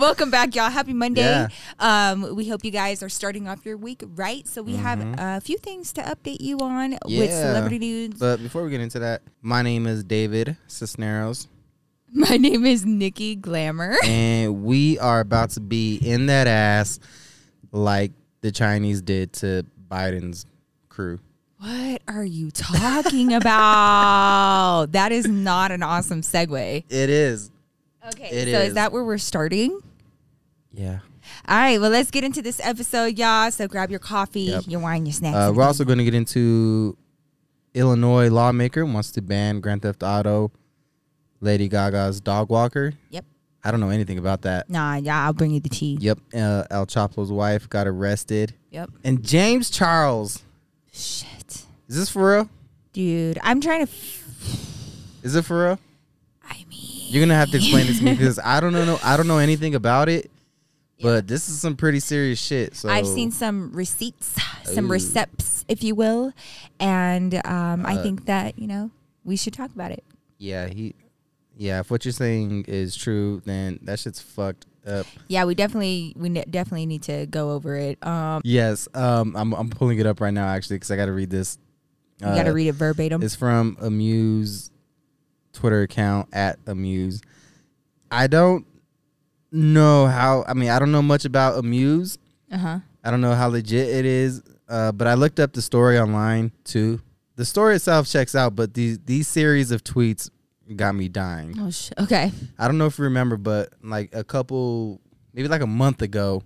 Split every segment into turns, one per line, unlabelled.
Welcome back, y'all. Happy Monday.
Yeah.
Um, we hope you guys are starting off your week right. So we have a few things to update you on with
Mm-hmm. Yeah.
celebrity news.
But before we get into that, my name is David Cisneros,
My name is Nikki Glamour.
and we are about to be in that ass like the Chinese did to Biden's crew.
What are you talking about? that is not an awesome segue.
It is.
Okay,
It
so is
is.
that where we're starting?
Yeah.
All right, well, let's get into this episode, y'all. So grab your coffee, your wine, your snacks.
Uh,
and
we're also going to get into Illinois lawmaker wants to ban Grand Theft Auto, Lady Gaga's dog walker.
Yep.
I don't know anything about that.
Nah, yeah, I'll bring you the tea.
Yep. Uh, El Chapo's wife got arrested.
Yep.
And James Charles.
Shit.
Is this for real?
Dude, I'm trying to. F-
Is it for real?
I mean,
You're gonna have to explain this to me because I don't know. I don't know anything about it. But this is some pretty serious shit. So
I've seen some receipts, some
Ooh.
receipts, if you will. And um, I think that, you know, we should talk about it.
Yeah, he. Yeah, if what you're saying is true, then that shit's fucked up.
Yeah, we definitely we ne- definitely need to go over it. Um,
Yes, um, I'm I'm pulling it up right now actually because I got to read this. Uh,
you got to read it verbatim.
It's from Amuse Twitter account at Amuse. I don't know how. I mean, I don't know much about Amuse.
Uh huh.
I don't know how legit it is, uh, but I looked up the story online too. The story itself checks out, but these these series of tweets got me dying.
Oh sh- okay.
I don't know if you remember, but like a couple, maybe like a month ago,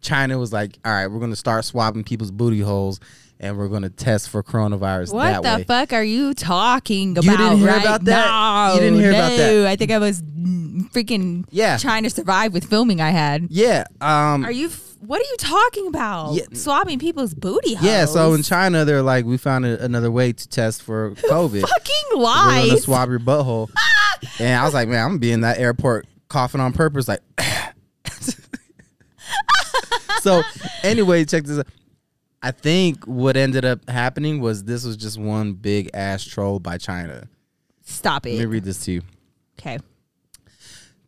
China was like, "All right, we're going to start swapping people's booty holes, and we're going to test for coronavirus
What
that
the
way."
fuck are you talking about?
didn't hear
right
about that?
now?
You didn't hear
no,
about that?
I think I was mm, freaking
Yeah.
trying to survive with filming I had.
yeah. Um.
Are you? F- what are you talking about?
Yeah.
Swabbing people's booty holes?
yeah. So in China, they're like, "We found a, another way to test for COVID.
fucking
We're going to
lies.
swab your butthole." and I was like, "Man, I'm gonna be in that airport coughing on purpose." Like, so anyway, check this out. I think what ended up happening was this was just one big ass troll by China.
Stop
Let me
it.
read this to you.
Okay.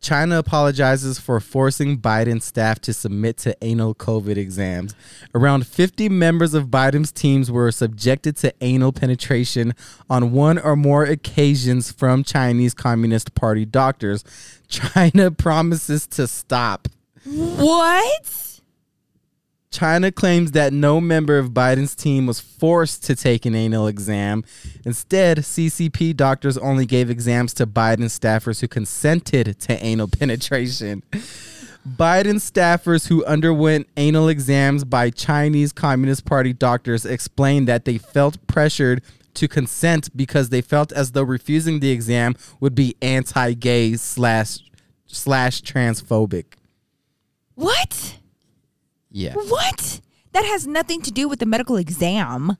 China apologizes for forcing Biden staff to submit to anal COVID exams. Around 50 members of Biden's teams were subjected to anal penetration on one or more occasions from Chinese Communist Party doctors. China promises to stop.
What?
China claims that no member of Biden's team was forced to take an anal exam. Instead, CCP doctors only gave exams to Biden staffers who consented to anal penetration. Biden staffers who underwent anal exams by Chinese Communist Party doctors explained that they felt pressured to consent because they felt as though refusing the exam would be anti-gay slash slash transphobic.
What?
Yeah.
What? That has nothing to do with the medical exam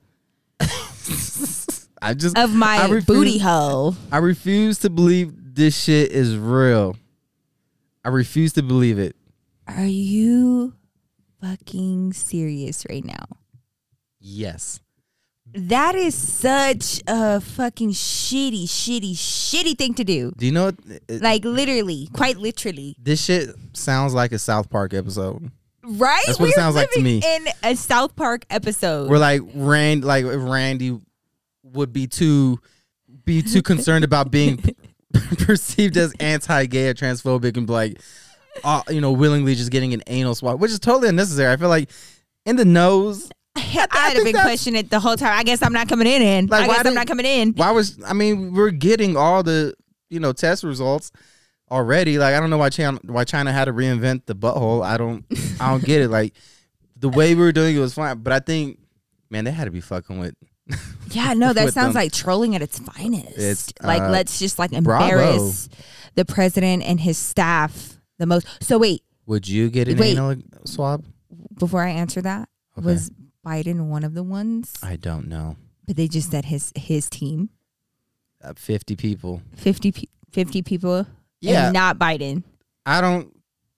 I just
of
I
my
refuse-
booty hole.
I refuse to believe this shit is real. I refuse to believe it.
Are you fucking serious right now?
Yes.
That is such a fucking shitty, shitty, shitty thing to do.
Do you know what? it-
Like literally, quite literally,
this shit sounds like a South Park episode.
right?
That's what it
We're
sounds like to
living
me.
In a South Park episode,
Where like Rand, like if Randy would be too be too concerned about being perceived as anti-gay or transphobic and be like, uh, you know, willingly just getting an anal swab, which is totally unnecessary. I feel like in the nose.
I, would
think
have been
that's-
questioning it the whole time. I guess I'm not coming in. in.
Like,
I
why
guess I'm
didn't-
not coming in.
Why was I mean we're getting all the you know test results already. Like I don't know why China why China had to reinvent the butthole. I don't I don't get it. Like the way we were doing it was fine, but I think man they had to be fucking with
Yeah, no, that
With
sounds
them.
like trolling at its finest.
It's,
like
uh,
let's just like
bravo.
embarrass the president and his staff the most. So wait,
Would you get an
Wait.
anal swab?
before I answer that, was Biden one of the ones?
I don't know.
But they just said his his team.
Uh, Fifty people.
50, pe- 50 people
Yeah.
and not Biden.
I don't.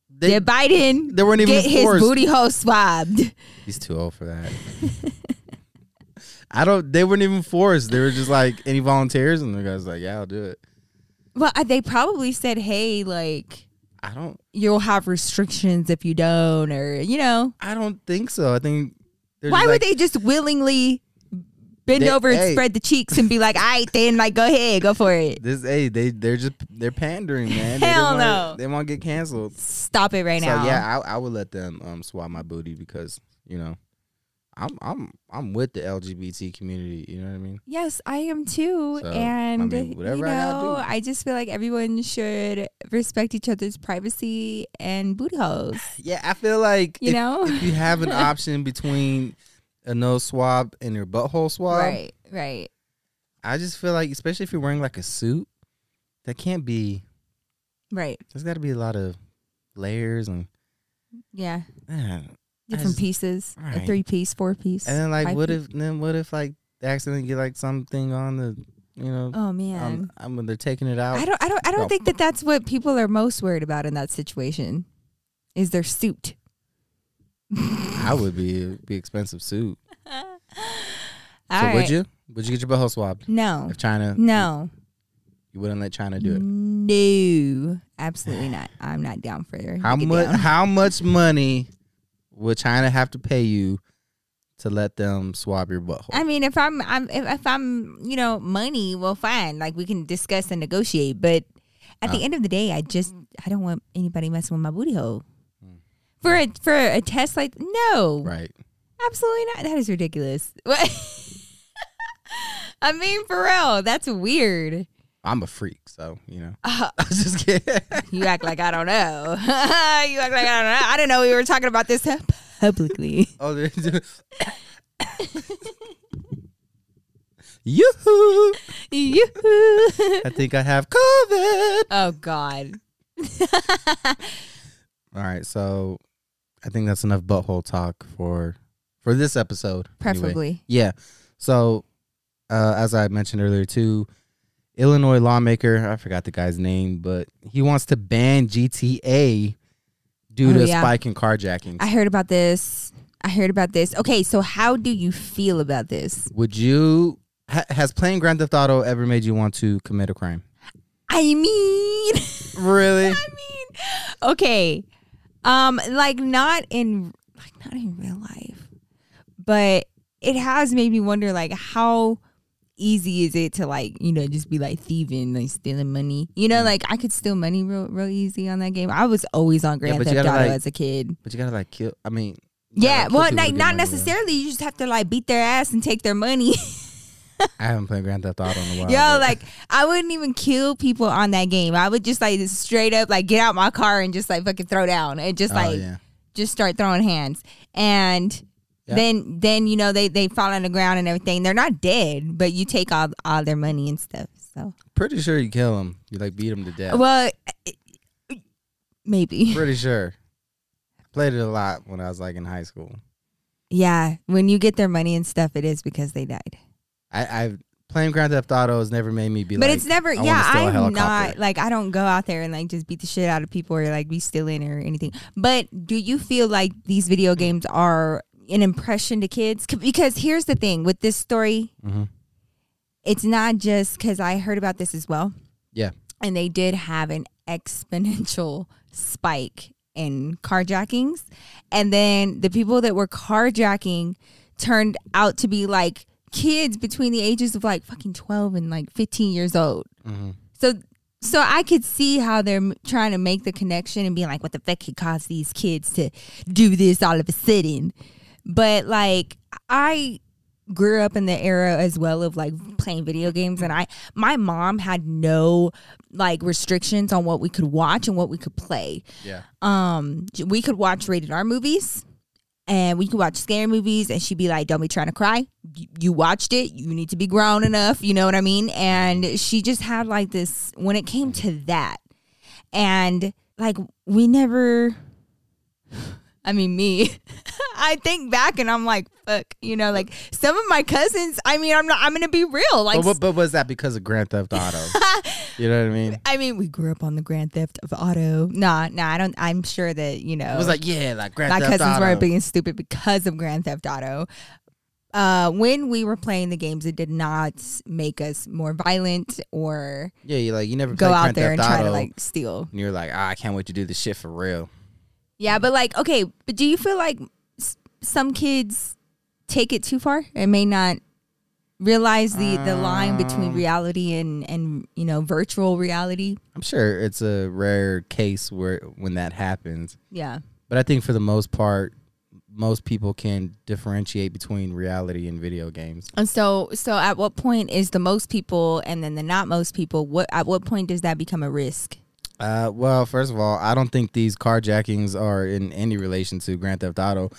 They,
Did Biden
they weren't even
get his
forced.
booty hole swabbed?
He's too old for that. I don't. They weren't even forced. They were just like any volunteers, and the guys like, yeah, I'll do it.
Well, uh, they probably said, hey, like,
I don't.
you'll have restrictions if you don't, or you know,
I don't think so. I think. they're
why
just
would
like,
they just willingly bend
They-
over and
hey.
spread the cheeks and be like, "All right, then, like, go ahead, go for it."
This hey, they they're just they're pandering,
Hell
man. they just wanna-
no.
They want to get canceled.
Stop it right
so
now.
yeah, I, I would let them um swap my booty because you know, I'm I'm I'm with the LGBT community. You know what I mean?
Yes, I am too.
So, I
and
mean,
you
whatever I gotta
know,
do.
I, just feel like everyone should respect each other's privacy and booty holes.
Yeah, I feel like
You
if,
know?
if you have an option between a nose swab and your butthole swab,
right, right.
I just feel like especially if you're wearing like a suit, that can't be.
Right.
There's got to be a lot of layers and.
Yeah.
ah.
Different
just-
pieces. A
right.
three piece, four piece.
And then like,
five
what
piece.
if then what if like they accidentally get like something on the, you know,
Oh
um,
man.
um, when they're taking it out.
I don't I don't I don't
no.
think that that's what people are most worried about in that situation. Is their suit.
I would be it'd be expensive suit.
All
so
right. Mm.
would you? Would you get your butthole swabbed
No.
if China?
No.
you wouldn't let China
Mm.
do it.
No. Absolutely not. I'm not down for it.
How much? How much money would China have to pay you to let them swab your butthole?
I mean, if I'm, I'm, if, if I'm, you know, money, well, fine. Like we can discuss and negotiate, but at
Uh.
the end of the day, I just, I don't want anybody messing with my booty hole. For a for a test like no,
Hmm. right.
absolutely not. That is ridiculous. What? I mean, for real, that's weird.
I'm a freak, so you know.
Uh,
I was just kidding.
you act like I don't know. you act like I don't know. I didn't know we were talking about this publicly.
oh, they're doing- Yoo-hoo!
You.
I think I have COVID.
oh God.
All right, so I think that's enough butthole talk for for this episode. anyway.
Preferably.
yeah. So, uh, as I mentioned earlier, too, Illinois lawmaker I forgot the guy's name, but he wants to ban GTA due
Oh,
to a
yeah.
spike in carjackings.
I heard about this. I heard about this. Okay, so how do you feel about this?
Would you? Ha- has playing Grand Theft Auto ever made you want to commit a crime?
I mean,
Really?
I mean, okay, um, like not in like not in real life, but it has made me wonder like how easy is it to like you know just be like thieving like stealing money you know like i could steal money real real easy on that game i was always on grand
but you
theft
gotta,
auto
like-
as a kid
But you gotta like kill. I mean, you gotta
yeah
kill
well
people to
like
get
not
money, though.
necessarily you just have to like beat their ass and take their money
I haven't played Grand Theft Auto in a while.
Yo,
but-
like I wouldn't even kill people on that game. I would just like straight up like get out my car and just like fucking throw down and just
Oh,
like
yeah.
just start throwing hands. And
Yeah.
then then you know they they fall on the ground and everything. They're not dead, but you take all all their money and stuff. So
pretty sure you kill him. You like beat him to death.
well, maybe
Pretty sure. I played it a lot when I was like in high school.
yeah. When you get their money and stuff, it is because they died.
I, I've playing Grand Theft Auto has never made me be
But
like
it's never,
I
yeah,
wanna steal a
I'm not
helicopter.
like I don't go out there and like just beat the shit out of people or like be stealing or anything. But do you feel like these video games are an impression to kids? C- Because here's the thing with this story,
Mhm.
it's not just because I heard about this as well,
Yeah.
and they did have an exponential spike in carjackings, and then the people that were carjacking turned out to be like kids between the ages of like fucking 12 and like 15 years old.
Mm-hmm.
So so I could see how they're m- trying to make the connection and being like, what the fuck could cause these kids to do this all of a sudden? But like I grew up in the era as well of like playing video games and I my mom had no like restrictions on what we could watch and what we could play
Yeah.
um we could watch rated R movies and we could watch scary movies and she'd be like don't be trying to cry you, you watched it you need to be grown enough you know what i mean and she just had like this when it came to that and like we never i mean me i think back and i'm like fuck you know like some of my cousins i mean i'm not i'm gonna be real like
But, but but was that because of Grand Theft Auto? you know what I mean?
i mean we grew up on the grand theft of auto nah nah i don't i'm sure that you know
It was like yeah, like Grand
Uh, my
Theft
cousins
Auto.
were being stupid because of Grand Theft Auto. uh, when we were playing the games, it did not make us more violent or
Yeah, you like you never
go
play
out
Grand
there and
Theft
try to
Auto,
like steal.
And you're like, ah, I can't wait to do this shit for real.
Yeah, but like, okay, but do you feel like s- some kids take it too far and may not realize the, the line
Um.
between reality and, and, you know, virtual reality?
I'm sure it's a rare case where when that happens,
Yeah.
but I think for the most part, most people can differentiate between reality and video games.
And so, so at what point is the most people and then the not most people? What at what point does that become a risk?
Uh, well, first of all, I don't think these carjackings are in any relation to Grand Theft Auto.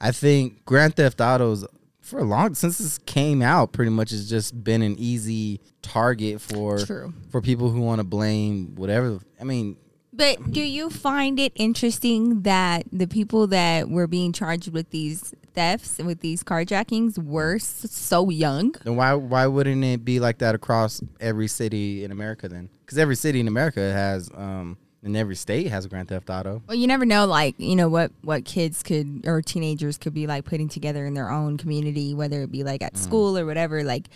I think Grand Theft Auto's for a long since this came out, pretty much has just been an easy target for
True.
for people who want to blame whatever. I mean,
But do you find it interesting that the people that were being charged with these thefts and with these carjackings were s- so young?
Then why why wouldn't it be like that across every city in America then? Because every city in America has, um, and every state has a Grand Theft Auto.
Well, you never know, like you know what what kids could or teenagers could be like putting together in their own community, whether it be like
Mm.
at school or whatever. Like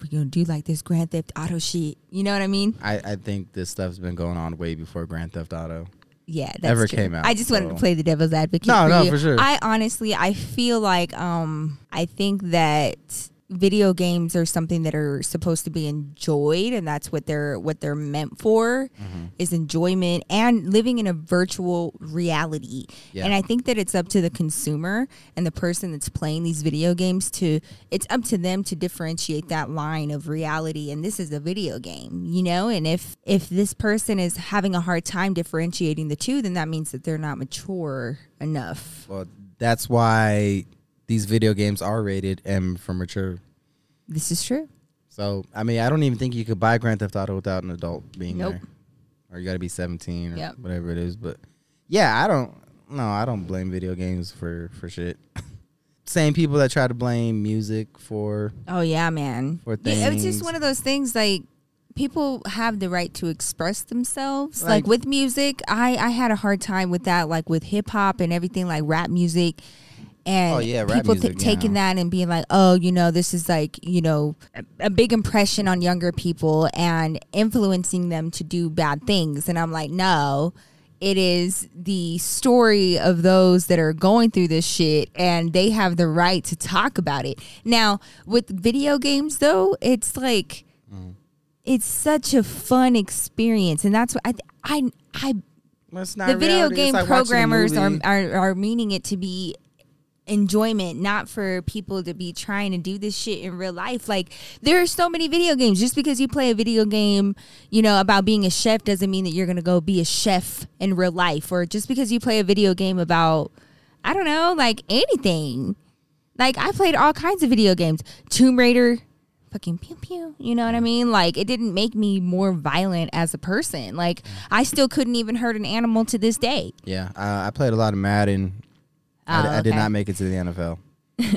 we're gonna do like this Grand Theft Auto shit. You know what I mean?
I, I think this stuff's been going on way before Grand Theft Auto.
yeah that's
ever
true.
came out,
I just wanted to
so-
play the devil's advocate.
No,
for
no,
you.
for sure.
I honestly, I feel like um, I think that video games are something that are supposed to be enjoyed, and that's what they're what they're meant for is enjoyment and living in a virtual reality.
Yeah.
And I think that it's up to the consumer and the person that's playing these video games to it's up to them to differentiate that line of reality and this is a video game, you know? And if if this person is having a hard time differentiating the two, then that means that they're not mature enough.
Well, that's why these video games are rated M for mature.
This is true.
So I mean, I don't even think you could buy Grand Theft Auto without an adult being
Nope.
there, or you got to be seventeen or
Yep.
whatever it is. But yeah, I don't. No, I don't blame video games for for shit. Same people that try to blame music for
Oh yeah, man.
For
Yeah, it's just
things.
one of those things like people have the right to express themselves. Like,
Like-
with music, I I had a hard time with that. Like with hip hop and everything, like rap music. And
Oh, yeah, rap
people
music,
t- taking that and being like, oh, you know, this is like, you know, a, a big impression on younger people and influencing them to do bad things. And I'm like, no, it is the story of those that are going through this shit and they have the right to talk about it. Now, with video games, though, it's like,
Mm.
it's such a fun experience. And that's what I, I, I
Well, it's not
the video
reality. It's
game
like watching a
programmers are,
movie.
are are meaning it to be enjoyment not for people to be trying to do this shit in real life like there are so many video games just because you play a video game you know about being a chef doesn't mean that you're gonna go be a chef in real life or just because you play a video game about i don't know like anything like I played all kinds of video games. Tomb Raider, fucking pew pew. You know what I mean? Like it didn't make me more violent as a person. Like I still couldn't even hurt an animal to this day.
Yeah, uh, I played a lot of Madden. I,
Oh,
I did
okay.
not make it to the NFL.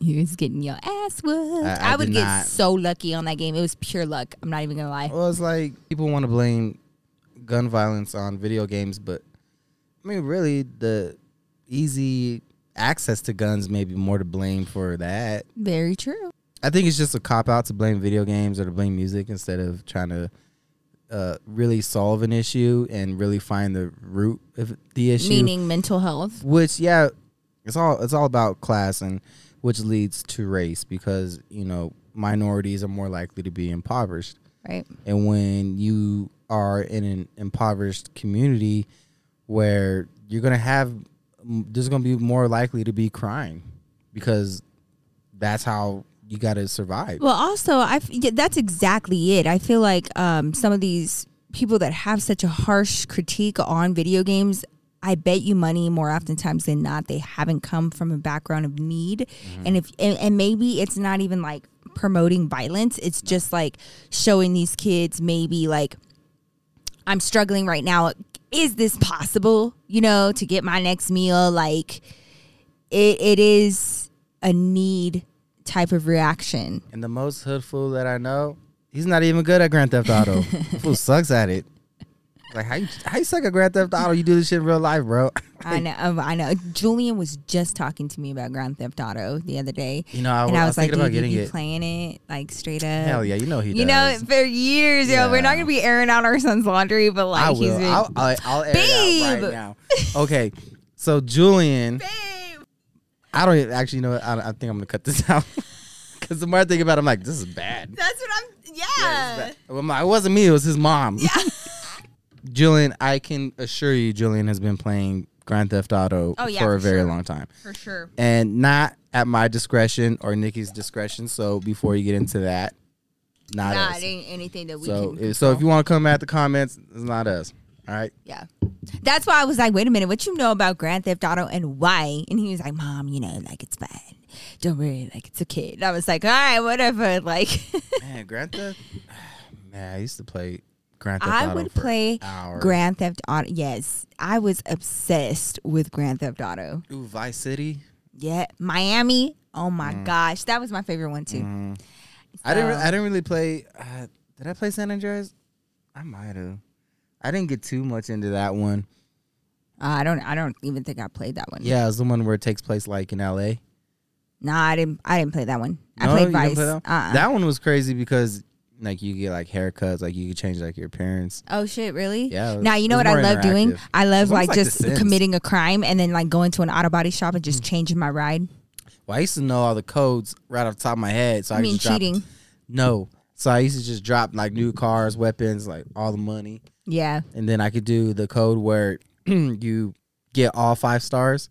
you was getting your ass whooped.
I-
I,
I
would
did
get
not. Oh.
so lucky on that game. It was pure luck. I'm not even gonna lie.
Well, it's like people want to blame gun violence on video games, but I mean, really, the easy access to guns may be more to blame for that.
Very true.
I think it's just a cop out to blame video games or to blame music instead of trying to uh, really solve an issue and really find the root of the issue.
Meaning mental health.
which yeah it's all it's all about class and which leads to race because you know minorities are more likely to be impoverished
Right.
and when you are in an impoverished community where you're gonna have m- there's gonna be more likely to be crime because that's how you gotta survive
Well, also, I f- yeah, that's exactly it. I feel like um, some of these people that have such a harsh critique on video games, I bet you money more oftentimes than not they haven't come from a background of need, and if and, and maybe it's not even like promoting violence. It's just like showing these kids maybe like I'm struggling right now. Is this possible? You know, to get my next meal, like it, it is a need type of reaction
and the most hood fool that i know he's not even good at grand theft auto fool sucks at it Like how you how you suck at Grand Theft Auto? You do this shit in real life, bro.
I know. um, I know. Julian was just talking to me about Grand Theft Auto the other day,
You know, I,
and I was,
was thinking
like,
about
"Dude,
getting
you
it.
playing it like straight up?"
Hell yeah, you know he.
You know,
does.
for years, yo, we're not
Yeah.
gonna be airing out our son's laundry, but like
I
he's
will.
been,
I'll, I'll, I'll air it out
Babe!
right now. Okay, so Julian,
babe.
I don't even- actually you know. what? I, I think I'm gonna cut this out because the more I think about, it, I'm like, this is bad.
That's what I'm. Yeah.
Yeah, it's bad. I'm like, it wasn't me. It was his mom. Julian, I can assure you, Julian has been playing Grand Theft Auto
Oh, yeah,
for a
for
very
sure.
long time.
for sure.
and not at my discretion or Nikki's discretion. So before you get into that, not
Nah,
us.
it ain't anything that we
So
can.
if, so if you
control.
want to come at the comments, it's not us. All right.
yeah, that's why I was like, wait a minute, what you know about Grand Theft Auto and why? And he was like, Mom, you know, like it's fine. Don't worry, like it's a kid. And I was like, all right, whatever. Like,
Man, Grand Theft. Man, I used to play Grand Theft
I
Auto
would
for
play
hours.
Grand Theft Auto. Yes, I was obsessed with Grand Theft Auto.
Ooh, Vice City.
Yeah, Miami. Oh my
Mm.
gosh, that was my favorite one too.
Mm-hmm. I didn't.
So-
Re- I didn't really play. Uh, did I play San Andreas? I might have. I didn't get too much into that one.
Uh, I don't. I don't even think I played that one.
Yeah, it's the one where it takes place like in L.A.
Nah, I didn't. I didn't play that one. I
No,
played
you didn't
Vice.
play
uh
that, Uh-uh. one? That one was crazy because like you get like haircuts, like you could change like your appearance.
Oh shit! Really?
Yeah, it was-
Now you know
it was
what I
more
love doing.
interactive.
I love
It's
like,
almost like The
just
Sims. Mm.
committing a crime and then like going to an auto body shop and just changing my ride.
Well, I used to know all the codes right off the top of my head, so I,
I mean
just dropped-
cheating.
No, so I used to just drop like new cars, weapons, like all the money,
Yeah.
and then I could do the code where you get all five stars.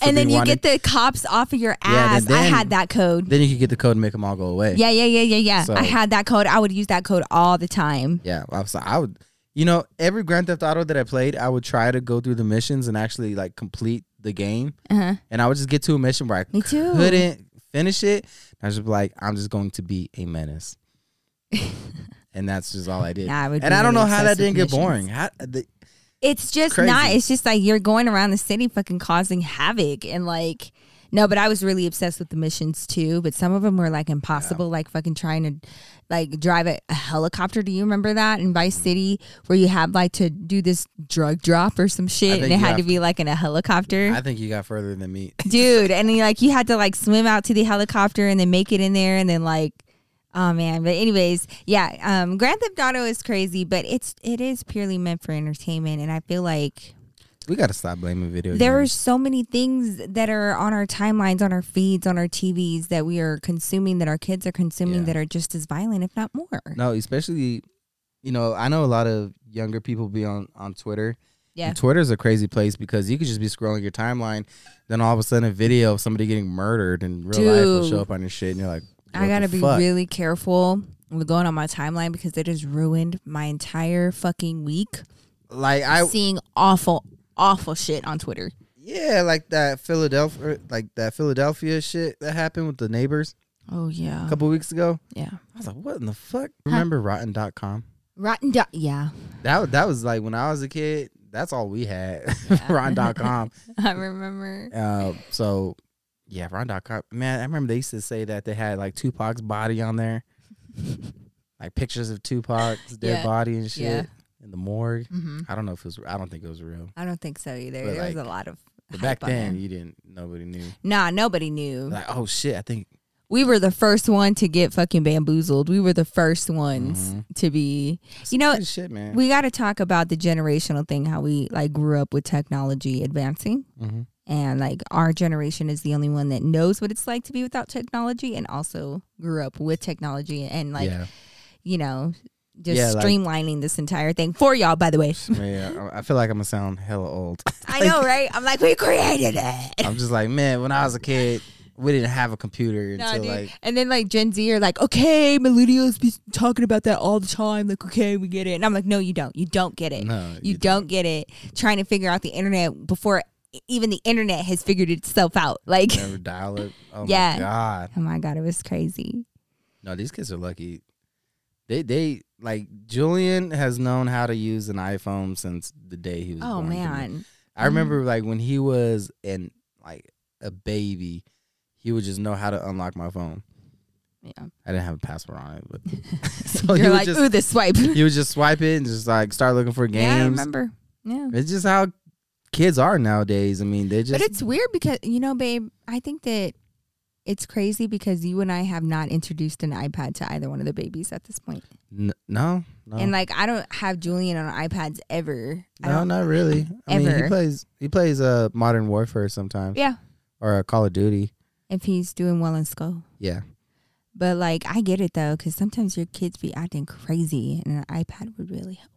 for
and then
being
you
wanted.
get the cops off of your
Yeah, then-
ass. I
then-
had that code.
Then you could get the code and make them all go away.
yeah, yeah, yeah, yeah, yeah.
So-
I had that code. I would use that code all the time.
Yeah, I was I would, you know, every Grand Theft Auto that I played, I would try to go through the missions and actually like complete the game,
Uh-huh.
and I would just get to a mission where I
Me too.
couldn't finish it. And I was just like, I'm just going to be a menace, and that's just all I did.
Nah, I would
and
be
I don't know
really
how that
obsessed with
didn't get
missions.
boring. How, the,
It's just
Crazy.
not. It's just like you're going around the city fucking causing havoc and like no, but I was really obsessed with the missions too. But some of them were like impossible, like fucking trying to like drive a, a helicopter. Do you remember that in Vice City where you had like to do this drug drop or some shit
think
and
you
it had
have
to be like in a helicopter?
I think you got further than me.
Dude, and you like you had to like swim out to the helicopter and then make it in there and then like oh man. But anyways, yeah, um Grand Theft Auto is crazy, but it's it is purely meant for entertainment and I feel like
We got to stop blaming video.
there are
games.
so many things that are on our timelines, on our feeds, on our TVs that we are consuming, that our kids are consuming,
Yeah.
that are just as violent, if not more.
no, especially, you know, I know a lot of younger people be on on Twitter.
Yeah.
And Twitter's a crazy place because you could just be scrolling your timeline, then all of a sudden a video of somebody getting murdered in real life will
Dude.
show up on your shit, and you're like, what
I
the
gotta be
fuck?
really careful with going on my timeline because it has ruined my entire fucking week.
like I
seeing awful, awful shit on Twitter.
yeah, like that Philadelphia, like that Philadelphia shit that happened with the neighbors
Oh yeah,
a couple weeks ago.
yeah.
I was like, what in the fuck? Remember Rotten.com?
Rotten Dog. Yeah,
That wa- that was like when I was a kid. That's all we had, Rotten.com.
I remember.
Uh, so yeah, Ron.com. Man, I remember they used to say that they had like Tupac's body on there, like pictures of Tupac's dead
Yeah.
body and shit
Yeah.
in the morgue.
hmm
I don't know if it was. I don't think it was real.
I don't think so either.
But,
there was
like,
a lot of
But
hype
back
on
then,
there.
you didn't. Nobody knew.
Nah, nobody knew.
Like, oh shit! I think
we were the first one to get fucking bamboozled. We were the first ones
Mhm.
to be. You know,
good shit, man.
we got to talk about the generational thing, how we like grew up with technology advancing.
Mhm.
And like our generation is the only one that knows what it's like to be without technology and also grew up with technology and like,
yeah,
you know, just
Yeah, like-
streamlining this entire thing for y'all, by the way.
man, I- I feel like I'm gonna sound hella old.
I know, right? I'm like, we created it.
I'm just like, man, when I was a kid, we didn't have a computer
No,
until
dude.
like
and then like Gen Z are like, okay, millennials be talking about that all the time. Like, okay, we get it. And I'm like, no, you don't. You don't get it.
no,
Eh, you don't get it. Trying to figure out the internet before e-, even the internet has figured itself out. Like,
never dial it. Oh my
Yeah.
god.
oh my god, it was crazy.
No, these kids are lucky. They they like Julian has known how to use an iPhone since the day he was.
Oh
born to me.
man, Mm.
I remember like when he was in like a baby, he would just know how to unlock my phone.
Yeah.
I didn't have a password on it, but
You're
so Oh, you
like,
would
ooh,
just
this swipe.
you would just swipe it and just like start looking for
Yeah, I
games.
remember. Yeah.
it's just how kids are nowadays. I mean, they just
But it's weird because you know, babe, I think that it's crazy because you and I have not introduced an iPad to either one of the babies at this point.
n- no, no,
And like I don't have Julian on iPads ever. I
no,
don't-
not really. I mean,
Ever.
he plays he plays uh, Modern Warfare sometimes
Yeah.
or uh, Call of Duty.
If he's doing well in school.
Yeah,
But like I get it though, because sometimes your kids be acting crazy and an iPad would really help.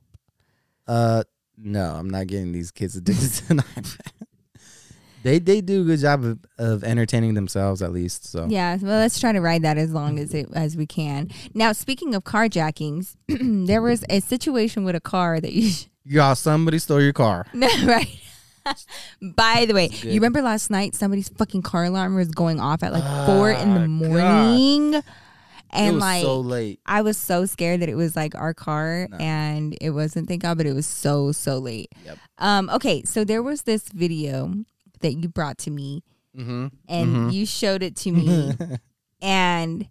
Uh, no, I'm not getting these kids addicted to an iPad. They they do a good job of, of entertaining themselves at least. So
Yeah, well let's try to ride that as long as it as we can. Now speaking of carjackings, there was a situation with a car that you should
y'all, somebody stole your car.
No, right. By the way,
That's good.
you remember last night somebody's fucking car alarm was going off at like four in
Ah,
the
God.
morning,
it
and
was
like
so late.
I was so scared that it was like our car,
No.
and it wasn't. Thank God, but it was so so late.
Yep.
Um. Okay, so there was this video that you brought to me,
Mm-hmm.
and
Mhm.
you showed it to me, and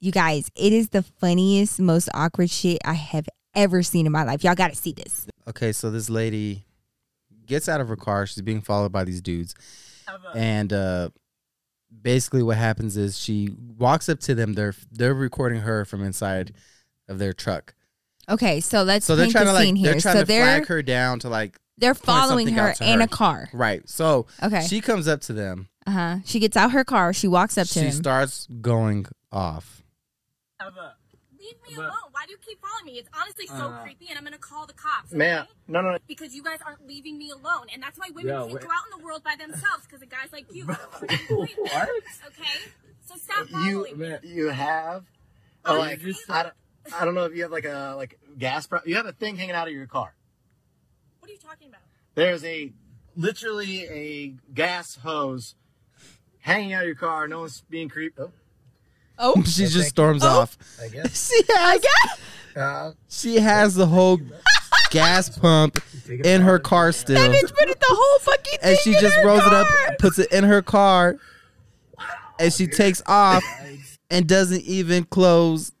you guys, it is the funniest, most awkward shit I have ever seen in my life. Y'all got to see this.
okay, so this lady gets out of her car. She's being followed by these dudes, and uh, basically what happens is she walks up to them. They're they're recording her from inside of their truck.
Okay, so let's
So they're
paint
trying
the
to like
scene here.
they're trying
so
to flag her down to like
They're
point
following
something
her
out to
in
her.
a car.
right. So
Okay.
she comes up to them.
Uh huh. She gets out her car. She walks up to
she
him.
starts going off.
Leave me alone. Why do you keep following me? It's honestly so
Uh,
creepy, and I'm gonna call the cops.
Ma'am,
okay?
no, no,
Because you guys aren't leaving me alone, and that's why women
Yeah,
can't
wait.
go out in the world by themselves because of guys like you. what? Okay, so stop
you,
following me.
you have,
Oh,
like,
you just-
I don't, I don't know if you have like a like gas. Pro- you have a thing hanging out of your car.
What are you talking about?
There's a literally a gas hose hanging out of your car. No one's being creeped. Oh,
oh,
She just storms off.
I guess.
She has,
Uh,
she has the whole gas pump in her car still,
bitch put it the whole fucking thing
and she
in
just
her
rolls it up,
car.
puts it in her car, and she takes off and doesn't even close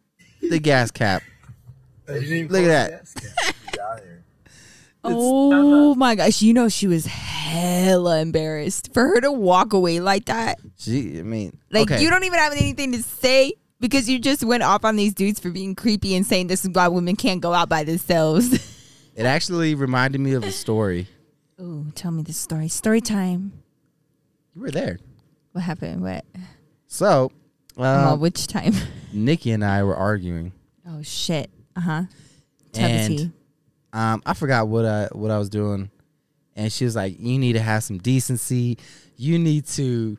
the gas cap. Look at that.
Oh my gosh! You know she was hella embarrassed for her to walk away like that.
She, I mean,
Like
okay.
you don't even have anything to say because you just went off on these dudes for being creepy and saying this is why women can't go out by themselves.
It actually reminded me of a story.
Ooh, tell me the story. Story time.
You were there,
What happened? What?
so
well,
um,
which time?
Nikki and I were arguing.
oh shit. Uh huh. Tell the
and
tea.
um, I forgot what I what I was doing, and she was like, "You need to have some decency. You need to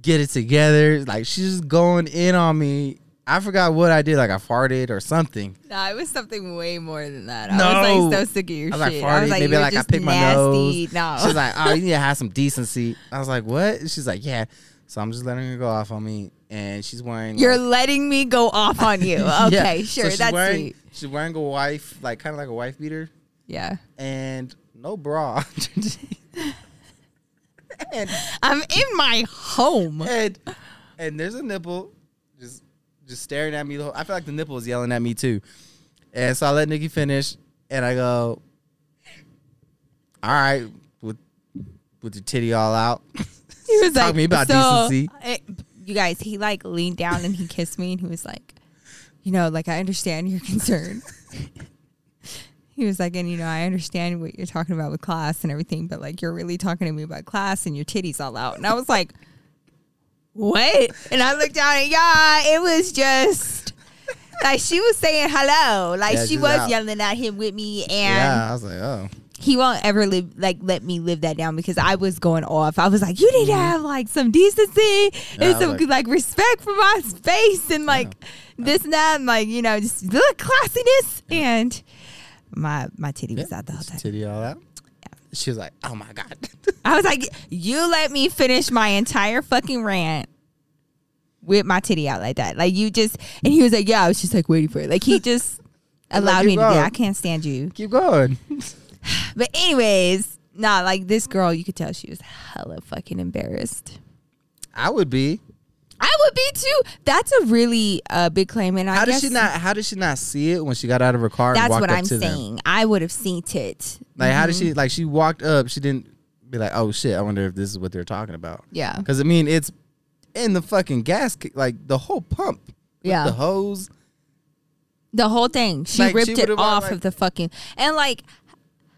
get it together." Like she's just going in on me. I forgot what I did. Like I farted or something.
No, it was something way more than that. I
No.
was like so sick of your
I was like
shit. I
farted.
was like,
Maybe
you
like I
just
picked my
nasty.
nose.
No,
She's like, "Oh, you need to have some decency." I was like, "What?" And she's like, "Yeah." So I'm just letting her go off on me, and she's wearing.
you're
like-
letting me go off on you.
Yeah.
Okay,
So
sure,
she's
that's
wearing,
sweet.
She's wearing a wife, like kind of like a wife beater,
Yeah,
and no bra.
I'm in my home.
and and there's a nipple just just staring at me the whole I feel like the nipple is yelling at me too. And so I let Nikki finish and I go, All right, with with your titty all out.
He was
Talk me about decency.
it- you guys, he like leaned down and he kissed me, and he was like, you know, like I understand your concern. he was like, and you know, I understand what you're talking about with class and everything, but like you're really talking to me about class and your titties all out, and I was like, what? And I looked down and yeah, it was just. Like she was saying hello, like
Yeah,
she
she's
was
out.
yelling at him with me, and
Yeah, I was like, Oh.
he won't ever live like let me live that down because I was going off. I was like, you need to have like some decency
Yeah,
and
I
some
like-
like, respect for my space and like this and that and like you know just the classiness and my my titty was out the whole time.
Titty all out. She was like, Oh my God.
I was like, you let me finish my entire fucking rant. With my titty out like that, like you just, and he was like, "Yeah, I was just like waiting for it." Like he just allowed
you
me to be.
wrong.
I can't stand you.
Keep going.
But anyways, nah, like this girl, you could tell she was hella fucking embarrassed.
I would be.
I I would be too. That's a really uh, big claim, and I
How did
guess
she not? How did she not see it when she got out of her car? and
That's
walked
what
up
I'm
to them?
saying. I would have seen it.
Like, how did she?
Mm-hmm.
Like, she walked up. She didn't be like, "Oh shit, I wonder if this is what they're talking about."
Yeah.
Because I mean, it's in the fucking gas, ca- like the whole pump. with
Yeah.
The hose.
The whole thing. She
Like, she
ripped it
would've been
off
like-
of the fucking and like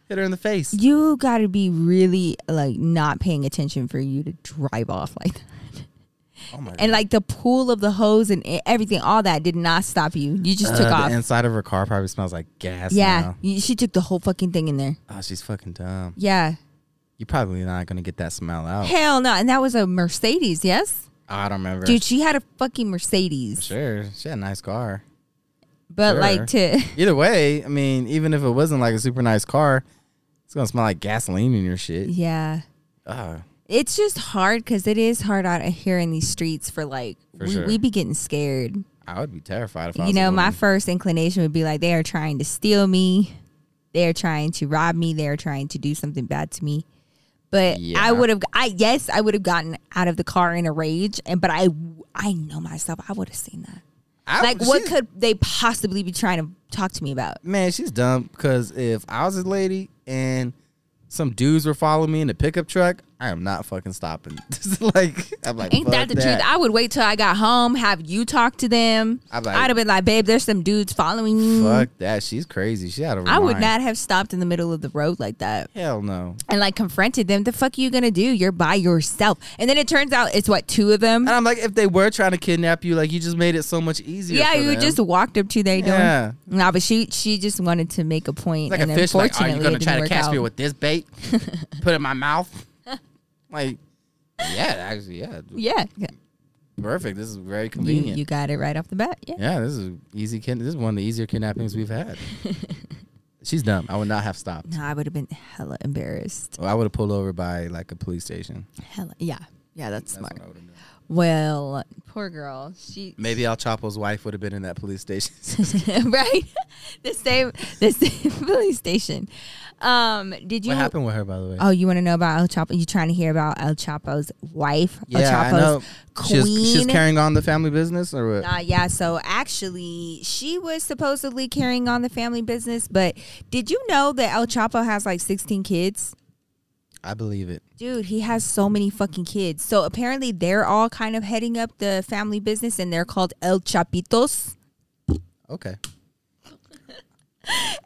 Hit her in the face.
you got to be really like not paying attention for you to drive off like that.
Oh my god.
And like the pool of the hose and e- everything, all that did not stop you. You just took
Uh,
off.
The inside of her car probably smells like gas.
yeah,
now.
you, she took the whole fucking thing in there.
Oh, she's fucking dumb.
Yeah,
You're probably not gonna get that smell out.
hell no. And that was a Mercedes, yes,
I don't remember.
dude. She had a fucking Mercedes,
Sure, she had a nice car.
but
sure.
like to
Either way, I mean, even if it wasn't like a super nice car, it's gonna smell like gasoline in your shit.
yeah.
Ah,
It's just hard because it is hard out here in these streets for like
For
we,
sure.
we be getting scared.
I would be terrified if I
you
was a
know, my
woman.
first inclination would be like, they are trying to steal me. They are trying to rob me. They are trying to do something bad to me. But
Yeah.
I would have, I yes, I would have gotten out of the car in a rage. And but I, I know myself. I would have seen that.
I-
like, what
she's-
could they possibly be trying to talk to me about?
man? She's dumb because if I was a lady and some dudes were following me in a pickup truck, I am not fucking stopping. like I'm like,
Ain't that
fuck
the truth? I would wait till I got home, have you talk to them.
I'd
I'd,
be like-
have been like, babe, there's some dudes following you.
Fuck that. She's crazy. She had a.
I would not have stopped in the middle of the road like that.
Hell no.
and like confronted them. The fuck are you gonna do? You're by yourself. And then it turns out it's what two of them.
And I'm like, if they were trying to kidnap you, like you just made it so much easier.
Yeah,
for
you
them.
just walked up to their
Yeah.
door. No, but she she just wanted to make a point,
like
and
a fish. Like, are
unfortunately,
you gonna
it didn't
try to
work
catch
out.
me with this bait? Put it in my mouth. Like, yeah, actually, yeah,
yeah. yeah.
perfect. This is very
You,
convenient.
you got it right off the bat. Yeah.
yeah, this is easy. Kid- this is one of the easier kidnappings we've had. She's dumb. I would not have stopped.
No, I would have been hella embarrassed.
Well, I would have pulled over by like a police station.
Hella. Yeah. Yeah, that's,
That's
smart.
what I would've done.
Well, poor girl. She
Maybe Al Chapo's wife would have been in that police station.
right. the same. The same police station. Um. Did you?
what happened with her, by the way?
Oh, you want to know about El Chapo? You trying to hear about El Chapo's wife? El Chapo's
She
queen.
was- She was carrying on the family business, or what?
Uh, yeah, so actually, she was supposedly carrying on the family business, but did you know that El Chapo has like 16 kids?
I believe it.
Dude, he has so many fucking kids. So apparently, they're all kind of heading up the family business and they're called El Chapitos.
Okay,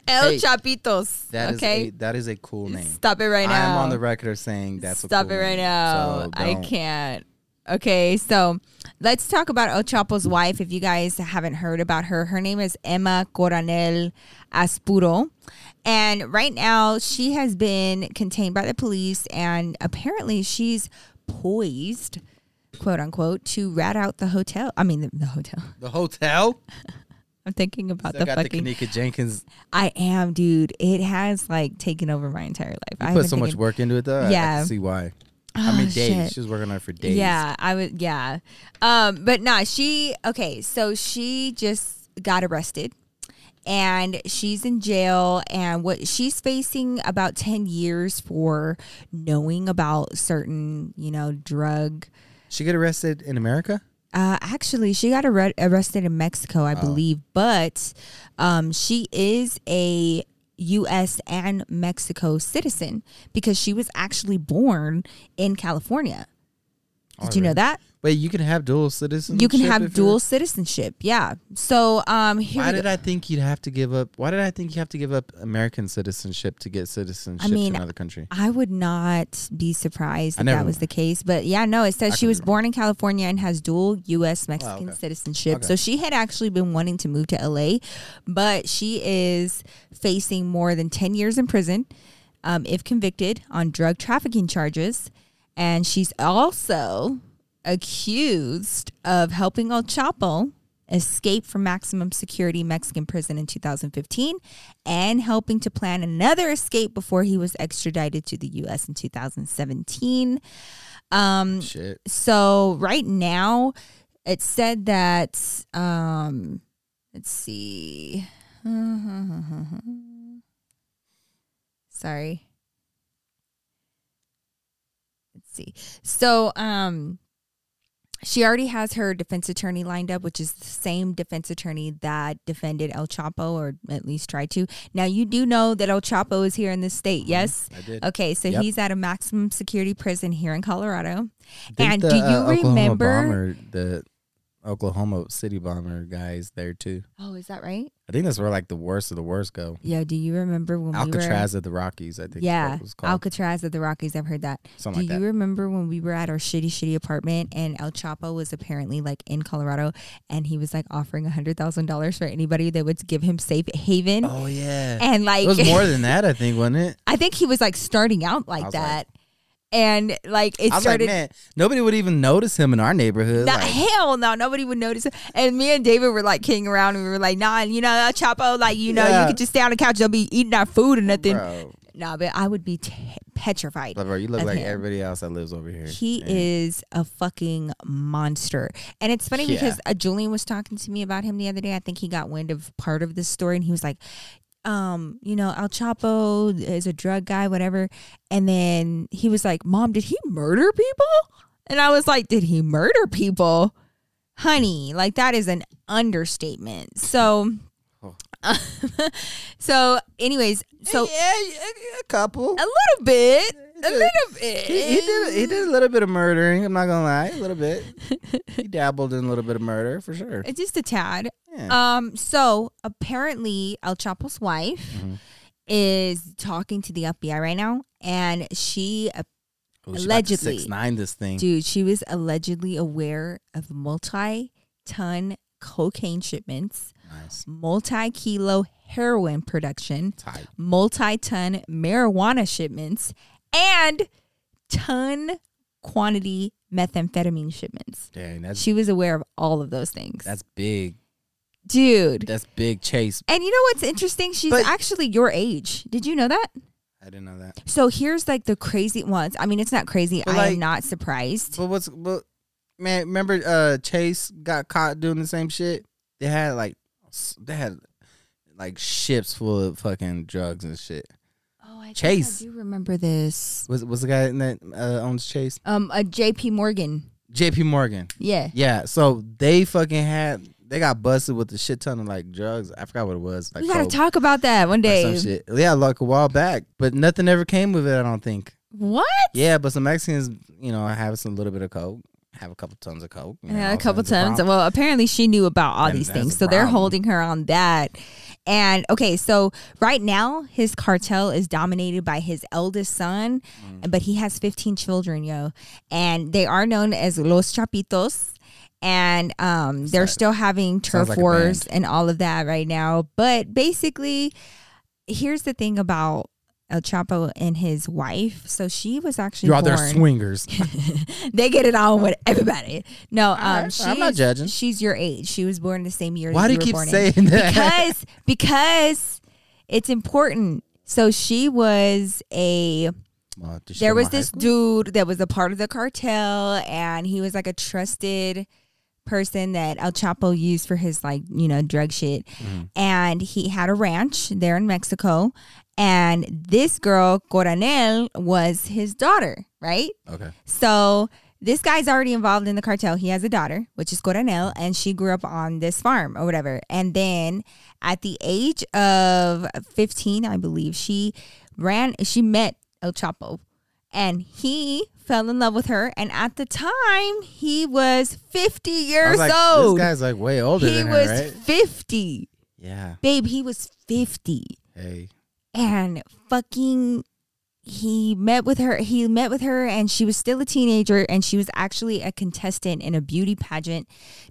El
Hey,
Chapitos.
that is
okay.
a that is a cool name.
Stop it right
I
now.
am on the record of saying that's a
Stop
cool
it right
name,
now.
so
I
don't.
can't. Okay, so let's talk about El Chapo's wife. If you guys haven't heard about her, her name is Emma Coronel Aspuro. And right now, she has been contained by the police, and apparently, she's poised, quote unquote, to rat out the hotel. I mean, the, the hotel.
The hotel.
I'm thinking about
I
the
got the
fucking.
Kanika Jenkins.
I am, dude. It has like taken over my entire life. I
You
haven't
put so much
taken-
work into it, though. Yeah, I
Yeah.
can see why. I mean,
Oh,
days.
shit.
She was working on it for days.
Yeah, I would. Yeah, um, but nah, she okay. So she just got arrested, and she's in jail. And what she's facing about ten years for knowing about certain, you know, drug.
She get arrested in America.
Uh, actually, she got arre- arrested in Mexico, I believe, but um, she is a U.S. and Mexico citizen because she was actually born in California. Did you know that?
Wait, you can have dual citizenship.
you can have
if you're-
dual citizenship. Yeah. So um, here
Why
we
did
go.
I think you'd have to give up? Why did I think you have to give up American citizenship to get citizenship
mean,
to another country?
I would not be surprised
I
if
never-
that was the case. But yeah, no, it says
I
she
could
was
be wrong. Oh,
born in California and has dual U.S. Mexican
okay.
citizenship.
Okay.
So she had actually been wanting to move to L.A., but she is facing more than 10 years in prison um, if convicted on drug trafficking charges. And she's also accused of helping El Chapo escape from maximum security Mexican prison in 2015 and helping to plan another escape before he was extradited to the US in 2017. Um,
Shit.
so right now, it said that um, let's see. Sorry. Let's see. So um, She already has her defense attorney lined up, which is the same defense attorney that defended El Chapo, or at least tried to. Now, you do know that El Chapo is here in this state, yes?
I did.
Okay, so
Yep.
he's at a maximum security prison here in Colorado.
Didn't
and
the,
do you
uh, Oklahoma
remember?
bomber, the Oklahoma City bomber guys there too?
Oh, is that right?
I think that's where like the worst of the worst go.
Yeah, do you remember when
Alcatraz of the Rockies, I think.
we
is
were.
what
Yeah,
it was called.
Alcatraz of the Rockies. I've heard that.
something
Do
like
you
that.
remember when we were at our shitty, shitty apartment and El Chapo was apparently like in Colorado and he was like offering a hundred thousand dollars for anybody that would give him safe haven?
Oh yeah,
And like,
it was more than that, I think, wasn't it?
I think he was like starting out
I
like
was
that. and like it
I was
started.
like, man, nobody would even notice him in our neighborhood.
Nah,
like,
hell no, nobody would notice. And me and David were like kidding around, and we were like, "Nah, you know, El Chapo, like you know,
Yeah.
you could just stay on the couch. They'll be eating our food and nothing."
bro,
Nah, but I would be t- petrified.
like, bro, you look
of
like
him.
everybody else that lives over here.
He
man.
is a fucking monster. And it's funny
Yeah.
because uh, Julian was talking to me about him the other day. I think he got wind of part of this story and he was like, um, you know, El Chapo is a drug guy, whatever. And then he was like, Mom, did he murder people? And I was like, Did he murder people? Honey, like that is an understatement. So,
Oh.
so, anyways, so
yeah, yeah, yeah, a couple.
a little bit, a
Yeah.
little bit.
He, he did he did a little bit of murdering. I'm not gonna lie, a little bit. he dabbled in a little bit of murder for sure.
It's just a tad.
Yeah.
Um, so apparently El Chapo's wife
Mhm.
is talking to the FBI right now, and she,
Oh,
allegedly.
six nine this thing.
dude, she was allegedly aware of multi-ton cocaine shipments,
Nice,
multi-kilo heroin production,
tight.
multi-ton marijuana shipments, and ton quantity methamphetamine shipments.
Dang, that's
She was aware of all of those things,
that's big.
dude.
That's big chase.
And you know what's interesting? She's
But-
actually your age. Did you know that?
I didn't know that.
So here's like the crazy ones. I mean, it's not crazy.
But,
I
like-
am not surprised.
But what's but man? Remember uh Chase got caught doing the same shit. They had like s- they had like ships full of fucking drugs and shit.
Oh, I
Chase.
I do remember this.
Was was the guy in that uh, owns Chase?
Um, a J.P. Morgan.
J.P. Morgan.
Yeah.
Yeah, so they fucking had they got busted with a shit ton of like drugs. I forgot what it was. Like
we gotta
coke
talk about that one
or some
day.
shit. Yeah, like a while back, but nothing ever came with it. I don't think.
What?
Yeah, but some Mexicans, you know, have some little bit of coke, have a couple tons of coke. you know,
Yeah, a
so
couple
it's problem.
times. Well, apparently she knew about all
And
these
that's
things,
a
so they're
problem.
holding her on that. And okay, so right now his cartel is dominated by his eldest son,
Mm.
but he has 15 children, yo, and they are known as Los Chapitos. And um, they're
like-
still having turf
like a
wars and all of that right now. But basically, here's the thing about El Chapo and his wife. So she was actually
You're out there
born-
swingers.
they get it on with everybody. No, um,
right,
she's,
I'm not judging.
She's your age. She was born the same year.
Why
that
do you
were
keep
born in.
saying that?
Because because it's important. So she was a.
Well, did she
There
go to
was
my high
this
school?
dude that was a part of the cartel, and he was like a trusted person that El Chapo used for his like you know drug shit,
Mm-hmm.
and he had a ranch there in Mexico, and this girl Coronel was his daughter, right?
Okay.
So this guy's already involved in the cartel. He has a daughter, which is Coronel, and she grew up on this farm or whatever. And then at the age of 15, I believe, she ran, she met El Chapo and he fell in love with her. And at the time, he was 50
I
years
was like,
old.
This guy's like way older
he
than her,
was
right?
50.
Yeah.
Babe, he was 50
Hey.
and fucking he met with her he met with her and she was still a teenager and she was actually a contestant in a beauty pageant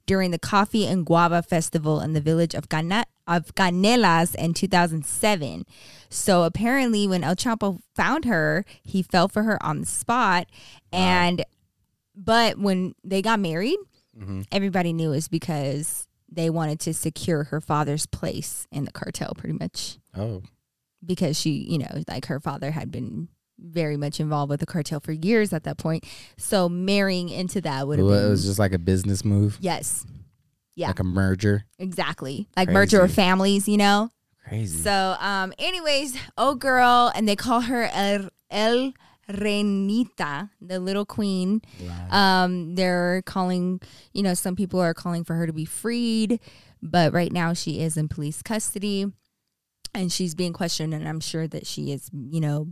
during the coffee and guava festival in the village of Cana- of Canelas in 2007 so apparently when El Chapo found her he fell for her on the spot and but when they got married
Mhm.
everybody knew it was because they wanted to secure her father's place in the cartel pretty much
Oh.
because she, you know, like her father had been very much involved with the cartel for years at that point. So marrying into that would have
Well,
been
it was just like a business move,
yes, yeah.
like a merger.
exactly, like merger of
Crazy.
families, you know.
Crazy.
So, um, anyways, oh girl, and they call her El El Renita, the little queen. Um, they're calling, you know, some people are calling for her to be freed, but right now she is in police custody and she's being questioned. And I'm sure that she is, you know,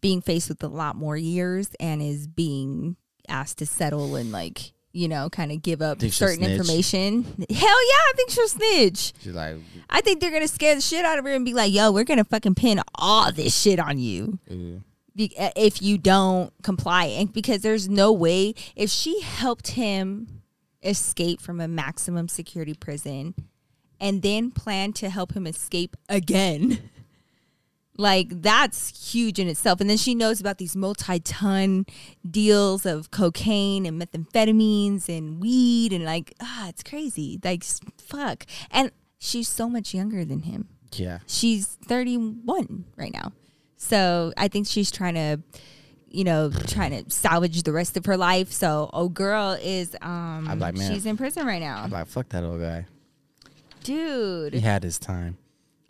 being faced with a lot more years and is being asked to settle and, like, you know, kind of give up
Think she'll
certain
snitch?
information. Hell yeah, I think she'll snitch.
She's like,
I think they're gonna scare the shit out of her and be like, "Yo, we're gonna fucking pin all this shit on you
Ooh.
be- uh, if you don't comply." And because there's no way if she helped him escape from a maximum security prison and then planned to help him escape again. Like that's huge in itself. And then she knows about these multi-ton deals of cocaine and methamphetamines and weed and like ah, it's crazy. Like s- fuck. And she's so much younger than him.
yeah.
She's 31 right now. So I think she's trying to you know, trying to salvage the rest of her life. So old girl is um
I'm like, man.
she's in prison right now.
I'm like, fuck that old guy.
Dude.
He had his time.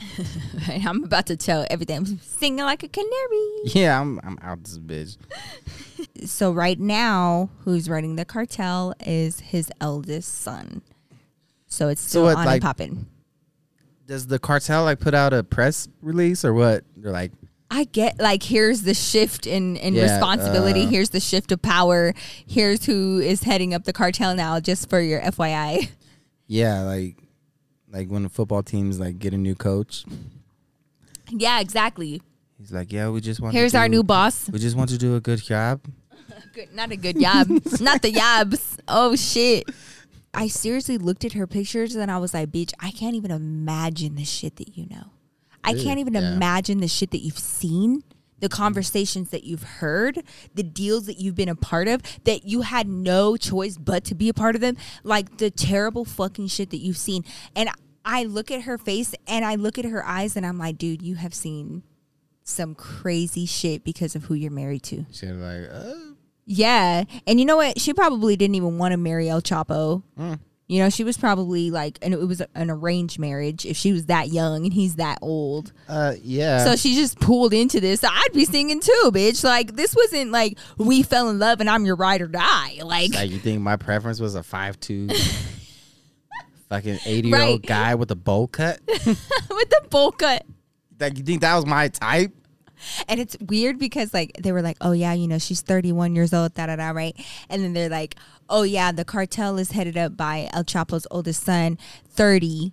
Right, I'm about to tell everything. I'm singing like a canary.
Yeah, I'm, I'm out this bitch.
So right now, who's running the cartel is his eldest son. So it's still
what,
on
like-
and popping.
Does the cartel like put out a press release or what? They're like,
I get like here's the shift in, in
Yeah,
responsibility.
uh,
here's the shift of power. Here's who is heading up the cartel now. Just for your FYI,
yeah, like, like when the football teams like get a new coach,
yeah, exactly.
he's like, yeah, we just want.
Here's
to
our
do-
new boss.
We just want to do a good job.
Good, not a good yob. not the yobs. Oh shit. I seriously looked at her pictures and I was like, bitch, I can't even imagine the shit that you know. I can't even
yeah.
imagine the shit that you've seen, the conversations that you've heard, the deals that you've been a part of, that you had no choice but to be a part of them. Like the terrible fucking shit that you've seen. And I look at her face and I look at her eyes and I'm like, dude, you have seen some crazy shit because of who you're married to.
She's like, uh,
Yeah. And you know what? She probably didn't even want to marry El Chapo. You know, she was probably like, and it was an arranged marriage if she was that young and he's that old.
uh, yeah.
so she just pulled into this. I'd be singing too, bitch. Like, this wasn't like we fell in love and I'm your ride or die. Like,
Like you think my preference was a five two fucking eighty year
Right.
old guy with a bowl cut?
with the bowl cut.
Like you think that was my type?
And it's weird because like they were like, oh yeah, you know, she's 31 years old, da da da, right? And then they're like, oh yeah, the cartel is headed up by El Chapo's oldest son, 30.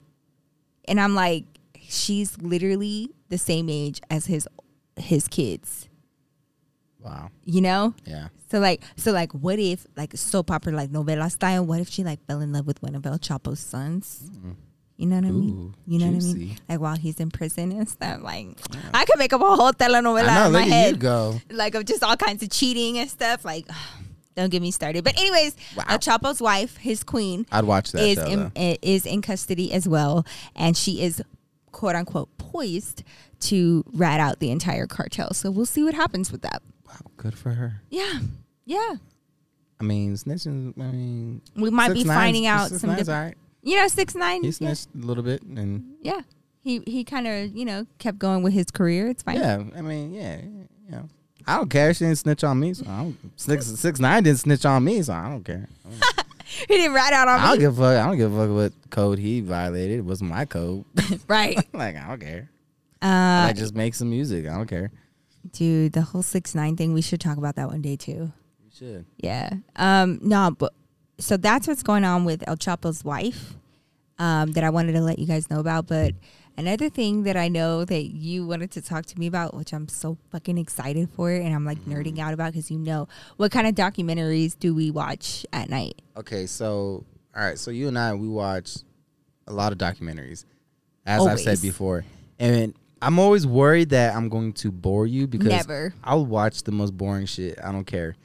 And I'm like, she's literally the same age as his his kids,
Wow.
you know?
Yeah.
So like, so like, what if like soap opera like novela style? What if she like fell in love with one of El Chapo's sons? You know what I mean?
Mm. Ooh,
You know what I mean?
juicy.
Like while he's in prison and stuff. Like I could make up a whole telenovela
I know.
in my
Look at
head
you go.
like of just all kinds of cheating and stuff. Like, don't get me started. But anyways, El Chapo's wife, his queen,
I'd watch that
is
show.
in,
though.
i- is in custody as well, and she is quote unquote poised to rat out the entire cartel. So we'll see what happens with that.
Wow, good for her.
Yeah, yeah.
I mean, snitching. I mean,
We might be
6ix9ine
finding out
6ix9ine's
some. diff-
all right.
you know, six nine.
He
yeah,
snitched a little bit, and
yeah. He he kind of you know kept going with his career. It's fine.
yeah, I mean, yeah, yeah. I don't care. She didn't snitch on me. So I don't, six six nine didn't snitch on me, so I don't care.
He didn't rat out on
I don't
me.
give a fuck. I don't give a fuck what code he violated. It was my code.
right.
like I don't care.
Uh,
I just make some music. I don't care.
dude, the whole six nine thing. We should talk about that one day too.
You should.
Yeah. Um, no, but so that's what's going on with El Chapo's wife um, that I wanted to let you guys know about. But another thing that I know that you wanted to talk to me about, which I'm so fucking excited for, and I'm like nerding out about because you know what kind of documentaries do we watch at night?
Okay, so all right, so you and I we watch a lot of documentaries, as I've
Always.
said before, and I'm always worried that I'm going to bore you because
Never.
I'll watch the most boring shit. I don't care.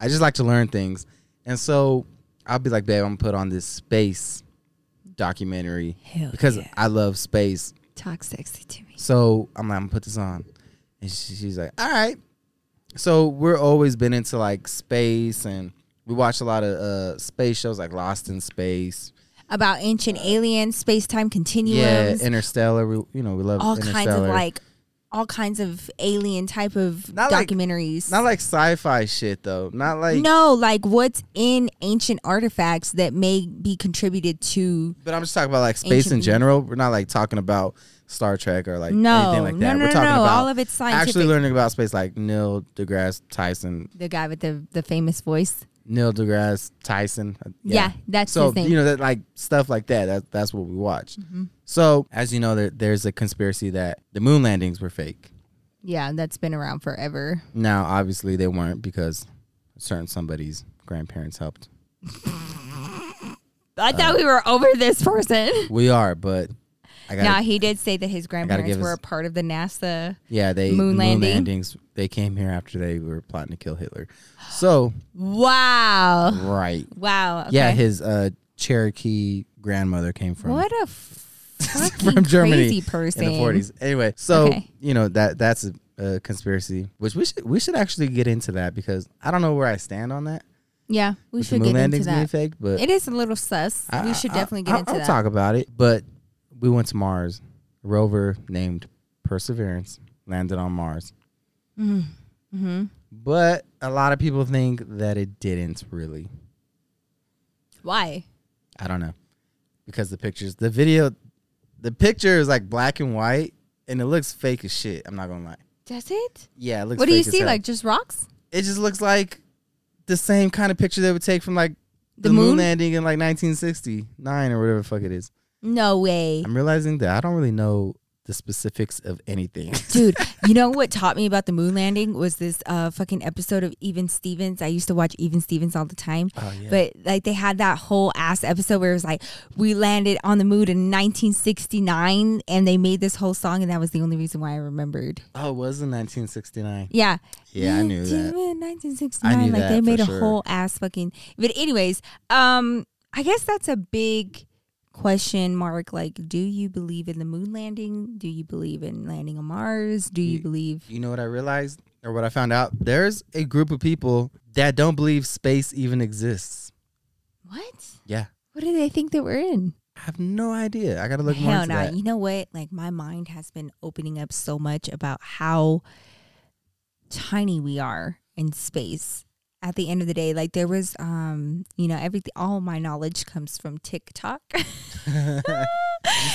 I just like to learn things, and so I'll be like, babe, I'm gonna put on this space documentary
Hell
because
yeah.
I love space.
Talk sexy to me.
So I'm like, I'm gonna put this on. And she, she's like, all right. So we're always been into like space and we watch a lot of uh space shows like Lost in Space.
About ancient aliens, space time continuums,
Interstellar. We, you know, we love
all
Interstellar.
kinds of like all kinds of alien type of
Not like-
documentaries.
Not like sci-fi shit though. Not like
no, like what's in ancient artifacts that may be contributed to
But I'm just talking about like space in
Ancient-
general. We're not like talking about Star Trek or like
No,
anything like
no,
that.
no,
We're
no,
talking
no.
about
All of it's scientific.
Actually learning about space, like Neil deGrasse Tyson.
the guy with the the famous voice.
Neil deGrasse Tyson. Uh,
Yeah, that's
so
his name. Mm-hmm.
you know that like stuff like that. That that's what we watched. So as you know, there, there's a conspiracy that the moon landings were fake.
yeah, that's been around forever.
Now, obviously, they weren't because certain somebody's grandparents helped.
I thought
Uh,
we were over this person.
We are, but I got
No,
to
he did say that his grandparents
give
were
us-
a part of the NASA.
yeah. They
Moon
moon,
landing.
landings. They came here after they were plotting to kill Hitler. So
Wow.
right,
Wow. Okay.
yeah, his uh, Cherokee grandmother came from
what a fucking
from Germany
crazy person.
in the forties. Anyway, so
Okay.
you know that that's a, a conspiracy, which we should we should actually get into that because I don't know where I stand on that.
Yeah, we
with
should
the
get
moon
into
landings being
that.
fake, but
It is a little sus.
I-
we should
I-
definitely
I-
get into
I'll
that.
talk about it. But we went to Mars. A rover named Perseverance landed on Mars.
hmm
But a lot of people think that it didn't really.
Why?
I don't know. Because the pictures, the video, the picture is like black and white and it looks fake as shit. I'm not going to lie.
Does it?
Yeah, it looks
What do you
fake as
see?
hell.
Like just rocks?
it just looks like the same kind of picture they would take from like
The
the, moon?
moon?
landing in like 1969 or whatever the fuck it is.
No way.
I'm realizing that I don't really know the specifics of anything.
Dude, you know what taught me about the moon landing was this uh, fucking episode of Even Stevens. I used to watch Even Stevens all the time.
Oh, yeah.
But like they had that whole ass episode where it was like, we landed on the moon in 1969 and they made this whole song and that was the only reason why I remembered.
Oh, it was in 1969.
Yeah.
Yeah, I knew
Landed
that.
in 1969.
I knew
like
that
they
for
made a
sure.
whole ass fucking. But anyways, um, I guess that's a big question mark. Like, do you believe in the moon landing? Do you believe in landing on Mars? Do you
Ye-
believe?
You know what I realized or what I found out? There's a group of people that don't believe space even exists.
What?
Yeah.
What do they think that we're in?
I have no idea. I got to look more
Hell
into
no.
that.
You know what? Like my mind has been opening up so much about how tiny we are in space. At the end of the day, like there was um, you know, everything all my knowledge comes from TikTok.
you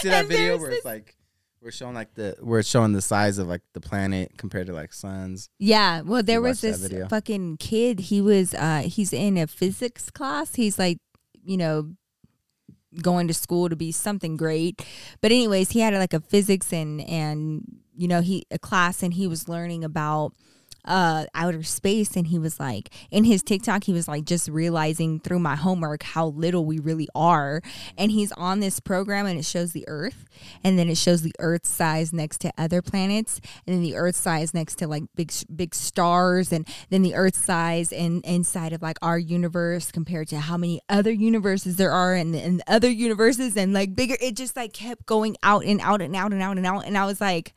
see that
And
video
there's
where it's like we're showing like the where it's showing the size of like the planet compared to like suns.
Yeah, well, there was
watched that
this
video?
fucking kid. He was, uh, he's in a physics class. He's like, you know, going to school to be something great. But anyways, he had like a physics and and you know he a class, and he was learning about uh outer space and he was like in his TikTok he was like just realizing through my homework how little we really are and he's on this program and it shows the earth and then it shows the earth's size next to other planets and then the earth's size next to like big big stars and then the earth's size and inside of like our universe compared to how many other universes there are and, and other universes and like bigger it just like kept going out and out and out and out and out and I was like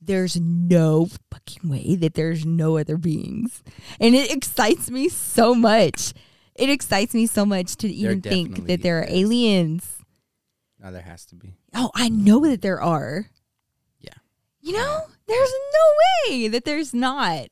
there's no fucking way that there's no other beings. And it excites me so much. It excites me so much to even think
definitely
that there are
is.
aliens.
Now there has to be.
Oh, I know that there are.
Yeah.
You know, there's no way that there's not.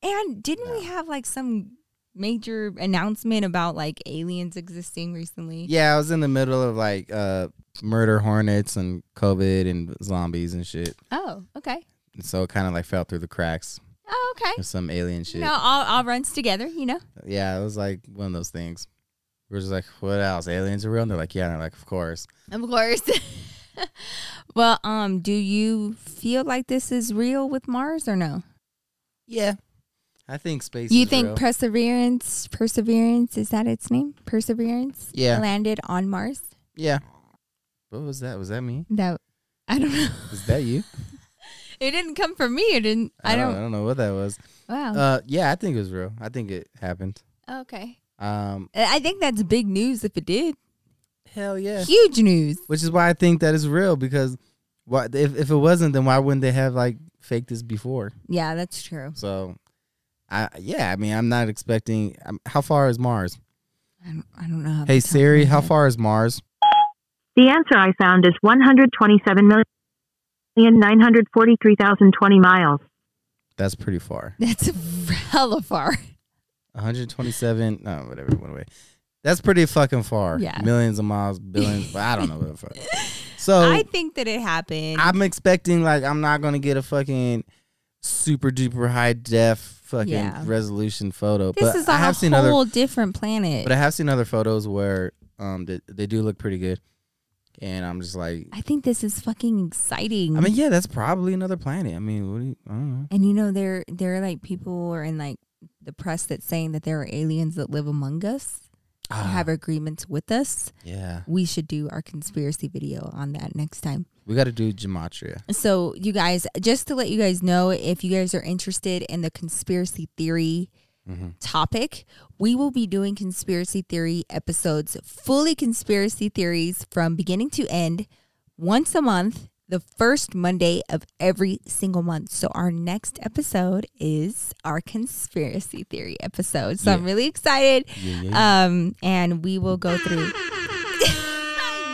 And didn't we have like some major announcement about like aliens existing recently?
Yeah, I was in the middle of like uh murder hornets and COVID and zombies and shit.
Oh, okay.
And so it kind of like fell through the cracks
Oh, okay.
with some alien
You
shit.
know, all, all runs together, you know?
Yeah, it was like one of those things. We are just like, what else? Aliens are real? And they're like, yeah. And they're like, of course.
Of course. well, um, do you feel like this is real with Mars or no?
Yeah. I think space
you
is
think
real.
Perseverance, Perseverance, is that its name? Perseverance
Yeah.
landed on Mars?
yeah. What was that? Was that me?
That I don't know.
Is that you?
It didn't come from me. It didn't. I, don't, Oh.
I don't know what that was.
Wow.
Uh, yeah, I think it was real. I think it happened.
okay.
Um,
I I think that's big news if it did.
hell yeah.
Huge news.
Which is why I think that is real because why if if it wasn't, then why wouldn't they have like faked this before?
Yeah, that's true.
So, I yeah, I mean, I'm not expecting. Um, how far is Mars?
I don't, I don't know. How
Hey
to tell
Siri,
from
how
that.
far is Mars?
The answer I found is 127 million and 943,020 miles.
That's pretty far.
That's hella far.
127. No, whatever. It went away. That's pretty fucking far.
Yeah.
Millions of miles, billions. but I don't know what the fuck. So
I think that it happened.
I'm expecting like I'm not gonna get a fucking super duper high def fucking
Yeah.
resolution photo.
this
but
is a
I have
whole
seen other
different planet.
but I have seen other photos where um they, they do look pretty good. And I'm just like
I think this is fucking exciting.
I mean, yeah, that's probably another planet. I mean, what do you, I don't know.
and you know, there there are like people are in like the press that's saying that there are aliens that live among us, that
Ah,
have agreements with us.
yeah.
We should do our conspiracy video on that next time.
We gotta do gematria.
So, you guys, just to let you guys know, if you guys are interested in the conspiracy theory
Mm-hmm.
topic, we will be doing conspiracy theory episodes, fully conspiracy theories from beginning to end, once a month, the first Monday of every single month. So, our next episode is our conspiracy theory episode. So, I'm really excited. Um, and we will go through.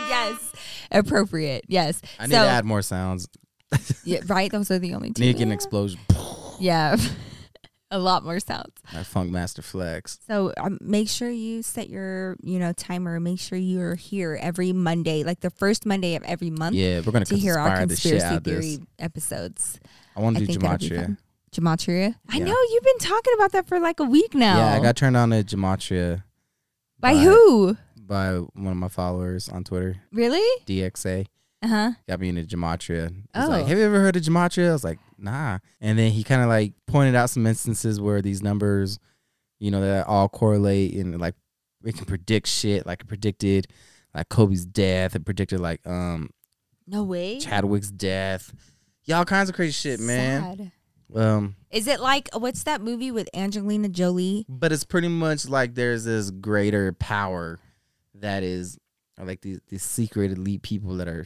yes. Appropriate, yes.
I need to add more sounds.
Yeah, right. Those are the only two.
Need to get an explosion.
Yeah, a lot more sounds.
That funk master flex.
So um, make sure you set your you know timer. Make sure you are here every Monday, like the first Monday of every month,
Yeah, we're gonna
to hear our
conspire the shit out
conspiracy
of this.
theory episodes.
I want to
I
do
think that'll be
gematria.
fun. Gematria. I
Yeah.
know you've been talking about that for like a week now.
Yeah, I got turned on to gematria
by
by-
who?
by one of my followers on Twitter,
Really?
DXA.
Uh huh.
Got me into gematria. He's like,
Oh.
"Have you ever heard of gematria?" I was like, "Nah." And then he kind of like pointed out some instances where these numbers, you know, that all correlate and like it can predict shit. Like it predicted like Kobe's death. It predicted like um
No way.
Chadwick's death. Yeah, all kinds of crazy shit, man.
Sad.
Um,
Is it like what's that movie with Angelina Jolie?
but it's pretty much like there's this greater power that is or like these these secret elite people that are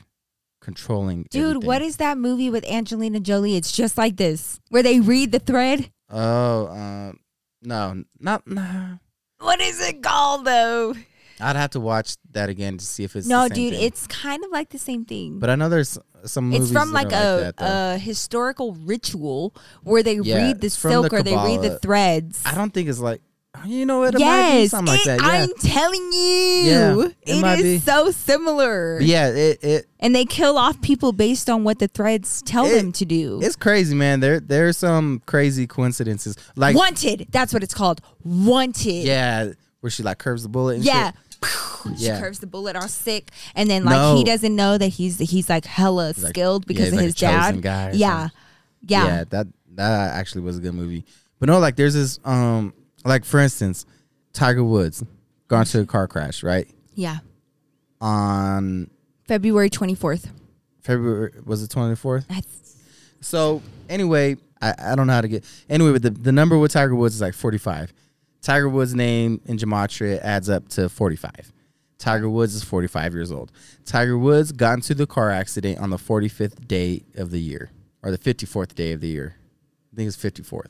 controlling.
Dude, what is that movie with Angelina Jolie? It's just like this, where they read the thread.
Oh, um, no, not nah.
What is it called though?
I'd have to watch that again to see if it's
no,
the same
dude,
thing.
it's kind of like the same thing.
But I know there's some movies
it's from
that
like
are
a,
like that, though.
a historical ritual where they
Yeah,
read the
it's from
silk
the
or they read the
Kabbalah.
threads.
I don't think it's like you know what it might be
yes,
something like
it-
that. Yeah,
I'm telling
Yeah,
you,
it might
it is
be.
so similar.
But yeah, it it
And they kill off people based on what the threads tell
It-
them to do.
it's crazy, man. There there's some crazy coincidences like
Wanted. That's what it's called. Wanted.
yeah, where she like curves the bullet. And
Yeah.
shit.
She
Yeah.
curves the bullet all sick, and then like he
No.
doesn't know that he's he's like hella
like-
skilled
yeah,
because
he's
of
like a
his dad.
chosen guy or
yeah, yeah,
yeah that that actually was a good movie but no like there's this um like for instance tiger woods gone to a car crash right
yeah.
on
February twenty fourth.
february was it 24th
That's
so anyway i, I don't know how to get anyway but the, the number with tiger woods is like 45 tiger woods name in gematria adds up to 45 tiger woods is 45 years old tiger woods got into the car accident on the 45th day of the year or the 54th day of the year i think it's 54th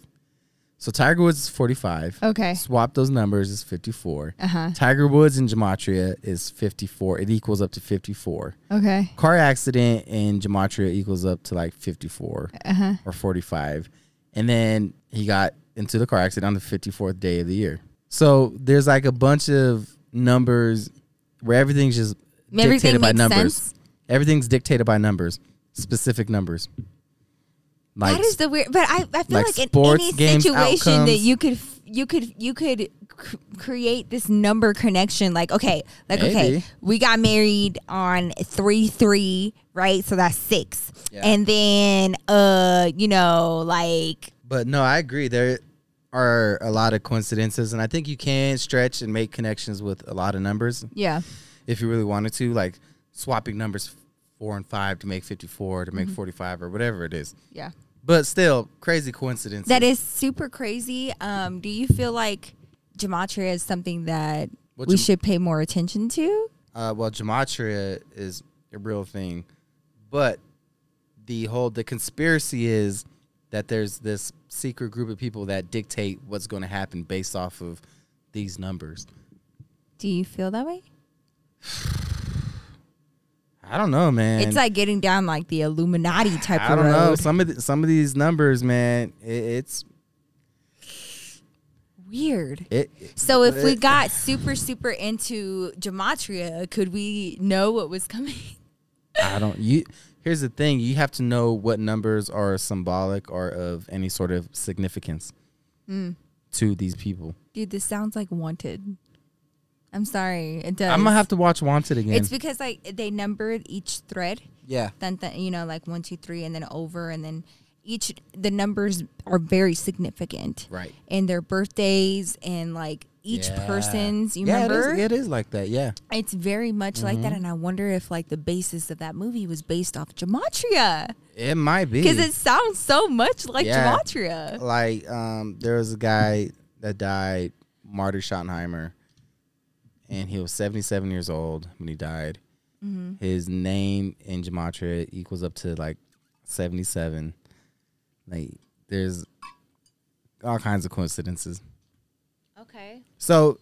so tiger woods is 45
Okay.
swap those numbers is 54
Uh-huh.
tiger woods in gematria is 54 it equals up to 54
okay.
car accident in gematria equals up to like 54
Uh-huh.
or 45 and then he got into the car accident on the 54th day of the year so there's like a bunch of numbers where everything's just
Everything
dictated by
makes
numbers
sense.
everything's dictated by numbers specific numbers like
that is the weird. But I, I feel
like
like, in
sports
any
games
situation that
outcomes.
you could f- you could you could c- create this number connection. Like okay, like okay,
Maybe.
we got married on three three, right? So that's six,
Yeah.
and then uh, you know, like
But no, I agree. There are a lot of coincidences, and I think you can stretch and make connections with a lot of numbers
yeah,
if you really wanted to, like swapping numbers four and five to make 54, to make
Mm-hmm.
45, or whatever it is.
yeah.
But still, crazy coincidence.
That is super crazy. Um, do you feel like gematria is something that
What
we
gem-
should pay more attention to?
Uh, well, gematria is a real thing, but the whole the conspiracy is that there's this secret group of people that dictate what's going to happen based off of these numbers.
Do you feel that way?
I don't know, man.
it's like getting down like the Illuminati type
I
of
don't know.
road.
Some of the, some of these numbers, man. It, it's
Weird.
it.
So if we
it-
got super super into gematria, could we know what was coming?
I don't. You here's the thing. You have to know what numbers are symbolic or of any sort of significance
Mm.
to these people.
Dude, this sounds like wanted. I'm sorry, it does.
I'm gonna have to watch Wanted again.
It's because like they numbered each thread,
yeah.
then th- you know like one two three, and then over, and then each the numbers are very significant,
Right.
And their birthdays and like each
Yeah.
person's. You
yeah,
remember?
It is, it is like that. Yeah.
It's very much like
Mm-hmm.
that, and I wonder if like the basis of that movie was based off gematria
It might be
because it sounds so much like
Yeah.
gematria.
like um there was a guy that died marty schottenheimer and he was 77 years old when he died his name in gematria equals up to like 77 like there's all kinds of coincidences
Okay,
so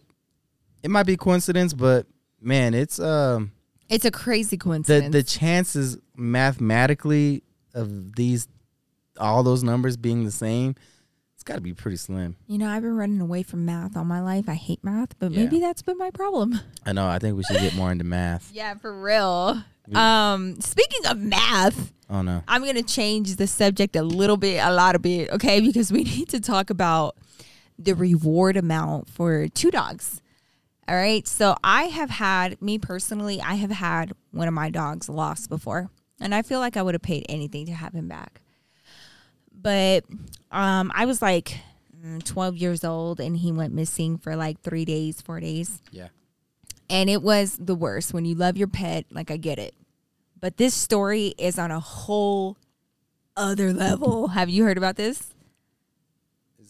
it might be coincidence but man it's um
it's a crazy
the
coincidence.
the chances mathematically of these all those numbers being the same it's got to be pretty slim
you know, I've been running away from math all my life. I hate math, but
Yeah.
maybe that's been my problem.
I know. I think we should get more into math.
Yeah, for real. Um, speaking of math,
Oh no.
I'm gonna change the subject a little bit, a lot of bit, okay? Because we need to talk about the reward amount for two dogs. All right. So I have had me personally, I have had one of my dogs lost before, and I feel like I would have paid anything to have him back. But um, I was like mm, 12 years old, and he went missing for like three days, four days.
Yeah.
And it was the worst. When you love your pet, like I get it. But this story is on a whole other level. Have you heard about this?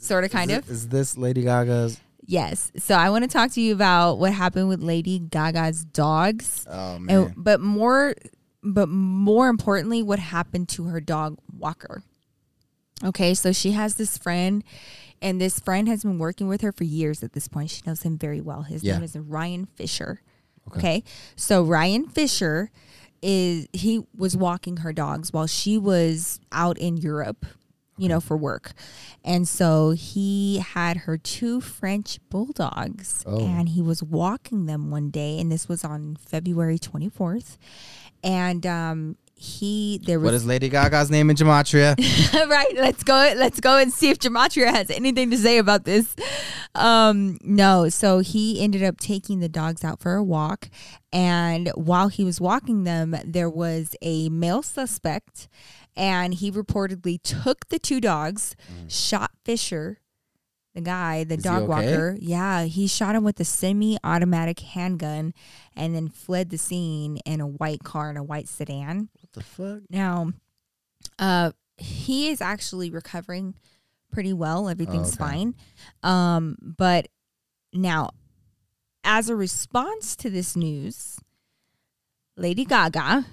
Sort of, kind of.
Is this Lady Gaga's?
Yes. So I want to talk to you about what happened with Lady Gaga's dogs.
Oh man.
And, but more but more importantly what happened to her dog Walker. Okay, so she has this friend and this friend has been working with her for years at this point. She knows him very well. His
Yeah.
name is Ryan Fisher. Okay. So Ryan Fisher is he was walking her dogs while she was out in Europe, you know, for work. And so he had her two French bulldogs
Oh.
and and he was walking them one day and this was on february 24th and um he there
what
was
is Lady Gaga's name in gematria?
right let's go let's go and see if gematria has anything to say about this um no so he ended up taking the dogs out for a walk and while he was walking them there was a male suspect and he reportedly took the two dogs shot fisher the guy, the
Mm. Is he
dog
okay?
walker, yeah, he shot him with a semi-automatic handgun, and then fled the scene in a white car and a white sedan.
what the fuck?
Now, uh, he is actually recovering pretty well. Everything's
okay.
fine. Um, but now, as a response to this news, Lady Gaga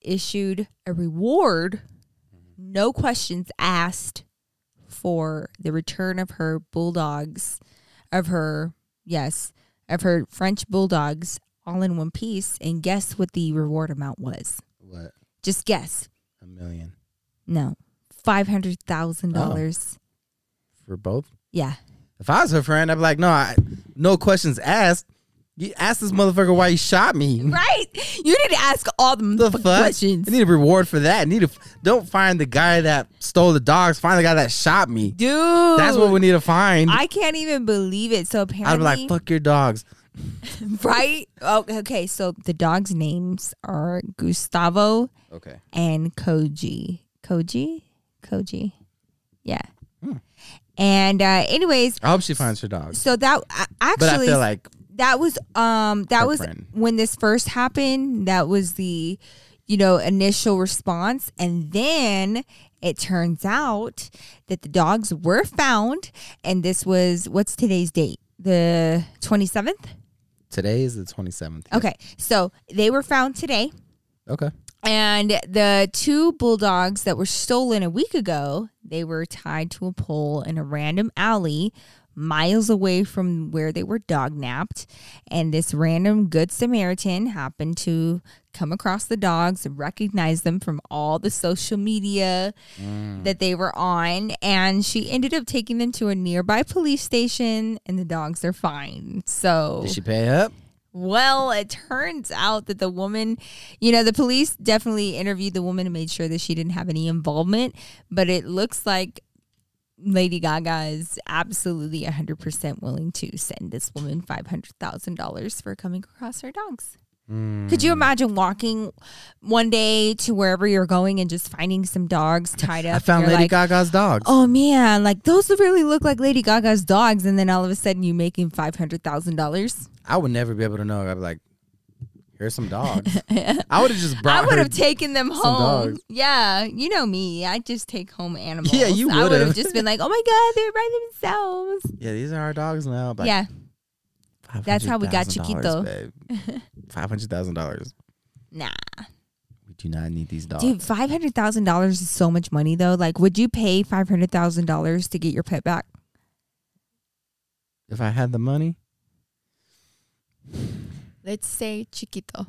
issued a reward, no questions asked, for the return of her bulldogs, of her, yes, of her French bulldogs all in one piece. And guess what the reward amount was?
What?
Just guess.
A million
No, five hundred thousand dollars.
for both?
Yeah,
If I was her friend, I'd be like, no, I, no questions asked. You asked this motherfucker why he shot me.
right. You need to ask all the,
The
fucking
fuck?
questions,
I need a reward for that. I need to f- don't find the guy that stole the dogs. Find the guy that shot me.
dude.
That's what we need to find. I,
I can't even believe it. So
would be
apparently,
like, fuck your dogs.
right? Oh, okay. So the dogs' names are Gustavo
Okay.
and Koji. Koji, Koji, yeah.
Hmm.
And uh, anyways,
I hope she finds her dogs.
so that I-
But I
actually
feel like
that was um that
Her
was
friend.
when this first happened that was the you know initial response and then it turns out that the dogs were found and this was what's today's date the 27th
today is the 27th.
okay so they were found today
Okay.
and the two bulldogs that were stolen a week ago, they were tied to a pole in a random alley miles away from where they were dog napped. And this random Good Samaritan happened to come across the dogs and recognize them from all the social media that they were on. And she ended up taking them to a nearby police station, and the dogs are fine. So
Did she pay up?
well, it turns out that the woman, you know, the police definitely interviewed the woman and made sure that she didn't have any involvement, but it looks like Lady Gaga is absolutely 100% willing to send this woman $500,000 for coming across her dogs. Could
Hmm.
you imagine walking one day to wherever you're going and just finding some dogs tied up?
I found
and you're
Lady
like,
Gaga's dogs.
Oh man, like those really look like Lady Gaga's dogs, and then all of a sudden you making five hundred thousand dollars.
I would never be able to know. I'd be like, here's some dogs. I would have just brought
I would
her.
have taken them home.
dogs.
Yeah, you know me. I just take home animals.
Yeah, you
I would
would've.
have just been like, "Oh my god, they're by themselves."
yeah, these are our dogs now. Like,
yeah, that's how we got Chiquito.
Five hundred thousand dollars.
nah,
We do not need these dogs.
dude, five hundred thousand dollars is so much money, though. Like, would you pay five hundred thousand dollars to get your pet back?
If I had the money,
Let's say Chiquito.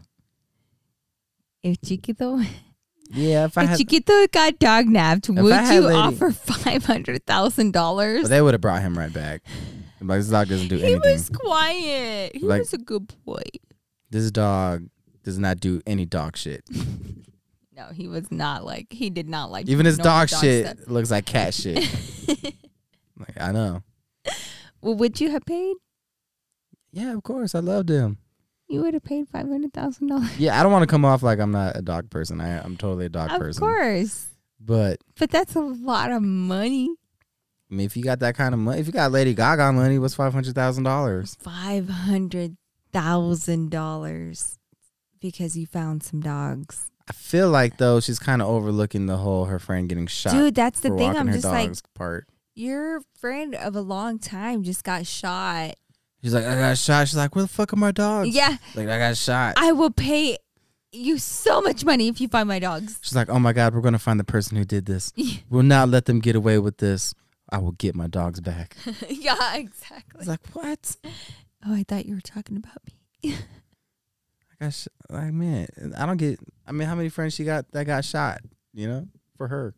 If Chiquito,
yeah. If I
if
had,
Chiquito got dog napped,
I
would
had
you
Lady-
offer five hundred thousand
but
dollars?
they would have brought him right back. I'm like this dog doesn't do
He
anything.
was quiet. He
Like-
was a good boy.
This dog does not do any dog shit.
No, he was not like he did not like
Even his
normal
dog, shit
stuff.
looks like cat shit. like I know.
Well, would you have paid?
Yeah, of course. I loved him.
You would have paid five hundred thousand dollars.
Yeah, I don't want to come off like I'm not a dog person. I, I'm totally a dog
Of
person.
course,
But
but that's a lot of money.
I mean, if you got that kind of money, if you got Lady Gaga money, what's five hundred thousand dollars?
Five hundred thousand dollars because you found some dogs,
I feel like though she's kind of overlooking the whole her friend getting shot.
dude. That's the
for
thing.
walking
I'm
her
just like
dogs part.
your friend of a long time just got shot.
She's like, I got shot. She's like, where the fuck are my dogs?
Yeah,
Like I got shot.
I will pay you so much money if you find my dogs.
She's like, oh my god, we're gonna find the person who did this. we'll not let them get away with this. I will get my dogs back. I
yeah, exactly.
was like, what?
Oh, I thought you were talking about me.
I got sh- like man, I don't get. I mean, how many friends she got that got shot? You know, for her.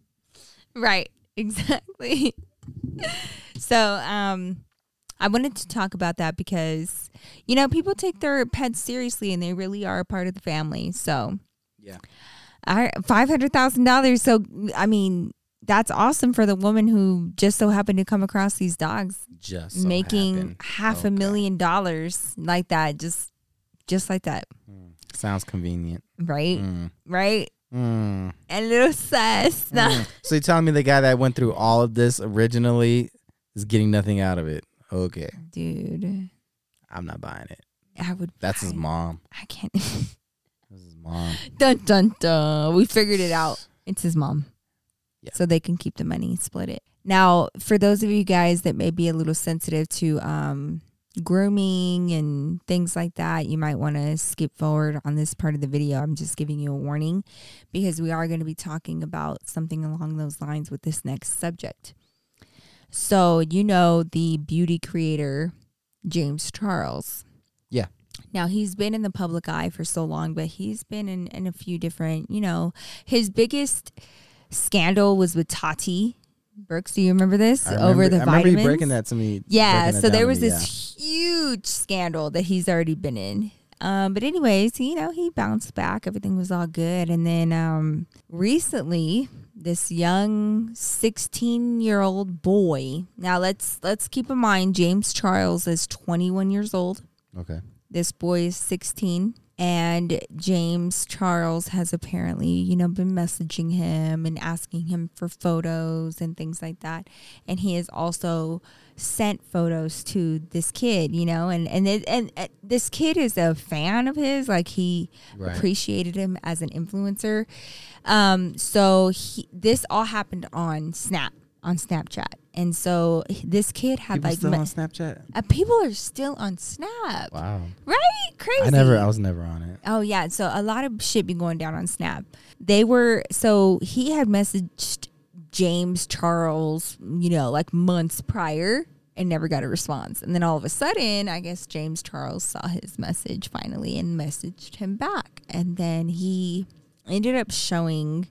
Right, exactly. so, um, I wanted to talk about that because, you know, people take their pets seriously and they really are a part of the family. So,
Yeah.
our five hundred thousand dollars. So, I mean, that's awesome for the woman who just so happened to come across these dogs,
Just so
making
happened.
half
Okay.
a million dollars like that, just, just like that,
Sounds convenient.
right,
Mm.
right,
Mm.
and a little sus.
Mm. so you're telling me the guy that went through all of this originally is getting nothing out of it? Okay,
dude,
I'm not buying it.
I would.
That's his
I-
mom.
I can't.
That's his mom.
Dun dun dun. We figured it out. It's his mom.
Yeah.
So they can keep the money, split it. Now, for those of you guys that may be a little sensitive to um, grooming and things like that, you might want to skip forward on this part of the video. I'm just giving you a warning because we are going to be talking about something along those lines with this next subject. So, you know, the beauty creator, James Charles.
Yeah.
Now he's been in the public eye for so long, but he's been in, in a few different, you know, his biggest scandal was with Tati Brooks. Do you remember this?
I remember-
Over the
I
vitamins.
remember you breaking that to me.
Yeah.
breaking that
So
down
there
to
was
me,
this huge scandal that he's already been in. Um, but anyways, you know, he bounced back. Everything was all good. And then um, recently, this young 16 year old boy. Now let's let's keep in mind James Charles is 21 years old.
yeah. Okay.
This boy is 16, and James Charles has apparently, you know, been messaging him and asking him for photos and things like that. And he has also sent photos to this kid, you know, and and it, and uh, this kid is a fan of his, like he
Right.
appreciated him as an influencer. Um, so he, this all happened on Snap, on Snapchat. And so this kid had
People
like
still
me-
on Snapchat.
uh, people are still on Snap.
Wow.
Right? Crazy.
I never. I was never on it.
Oh yeah, so a lot of shit be going down on Snap. They were so he had messaged James Charles, you know, like months prior and never got a response. And then all of a sudden, I guess James Charles saw his message finally and messaged him back. And then he ended up showing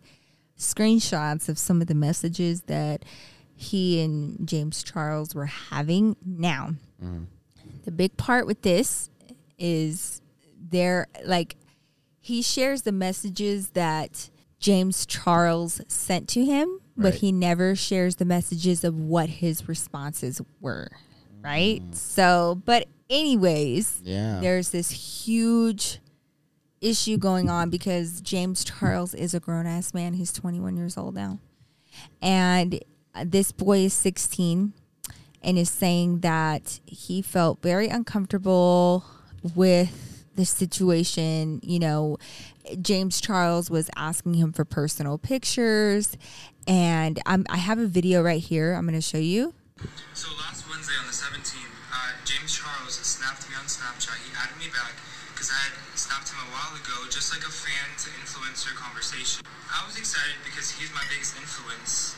screenshots of some of the messages that he and James Charles were having. Now, the big part with this is they're like, he shares the messages that James Charles sent to him, but
Right.
he never shares the messages of what his responses were, right? So, but anyways,
Yeah.
there's this huge issue going on because James Charles is a grown ass man. He's 21 years old now. And uh, this boy is 16 and is saying that he felt very uncomfortable with the situation. You know, James Charles was asking him for personal pictures. And i I have a video right here I'm going to show you.
So last Wednesday on the 17th, uh, James Charles snapped me on Snapchat. He added me back because I had snapped him a while ago, just like a fan to influencer conversation. I was excited because he's my biggest influence,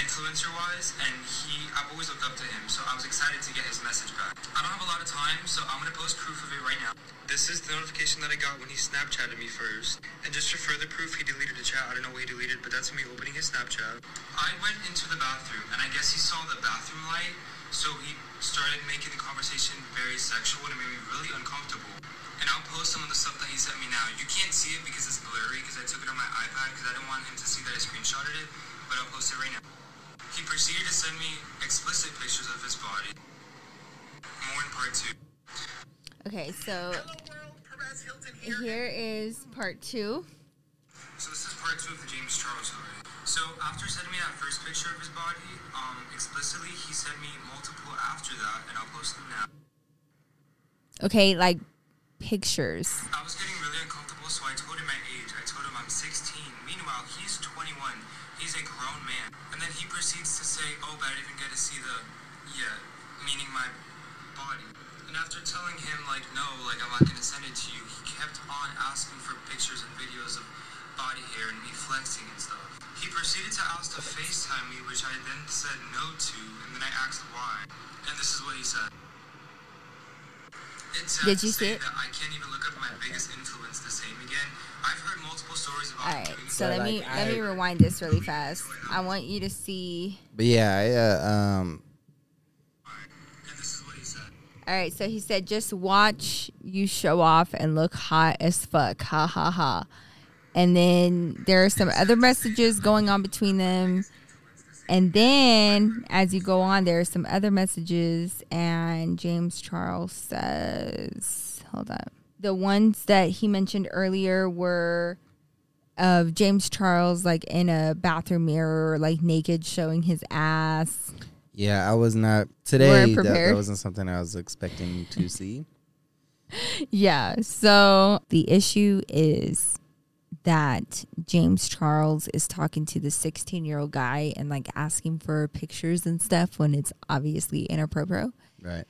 influencer wise, and he I've always looked up to him, so I was excited to get his message back. I don't have a lot of time, so I'm gonna post proof of it right now. This is the notification that I got when he Snapchatted me first. And just for further proof, he deleted the chat. I don't know what he deleted, but that's me opening his Snapchat. I went into the bathroom, and I guess he saw the bathroom light, so he started making the conversation very sexual, and it made me really uncomfortable. And I'll post some of the stuff that he sent me now. You can't see it because it's blurry, because I took it on my iPad, because I didn't want him to see that I screenshotted it, but I'll post it right now. He proceeded to send me explicit pictures of his body. More in part two.
Okay, so here is part two.
So this is part two of the James Charles story. So after sending me that first picture of his body, um, explicitly, he sent me multiple after that, and I'll post them now.
Okay, like pictures.
I was getting really uncomfortable, so I told him my age. I told him I'm 16. Meanwhile, he's 21. He's a grown man. And then he proceeds to say, oh, but I didn't get to see the, yeah, meaning my body. And after telling him, like, no, like, I'm not going to send it to you, he kept on asking for pictures and videos of body hair and me flexing and stuff. He proceeded to ask to FaceTime me, which I then said no to, and then I asked why. And this is what he said. It's sad
Did
to
you
say
see it?
that I can't even look up my biggest influence the same again. I've heard multiple stories about
All right,
doing
so let me
like,
let me
I-
rewind this really fast. I want you to see.
But yeah, I, uh, um,
and this is what he said.
All right, so he said, "Just watch you show off and look hot as fuck." Ha ha ha. And then there are some other messages going on between them. And then as you go on, there are some other messages, and James Charles says, "Hold up." The ones that he mentioned earlier were of James Charles, like in a bathroom mirror, like naked, showing his ass.
yeah, I was not today. That,
prepared.
that wasn't something I was expecting to see.
Yeah. So the issue is that James Charles is talking to the 16 year old guy and like asking for pictures and stuff when it's obviously inappropriate.
Right.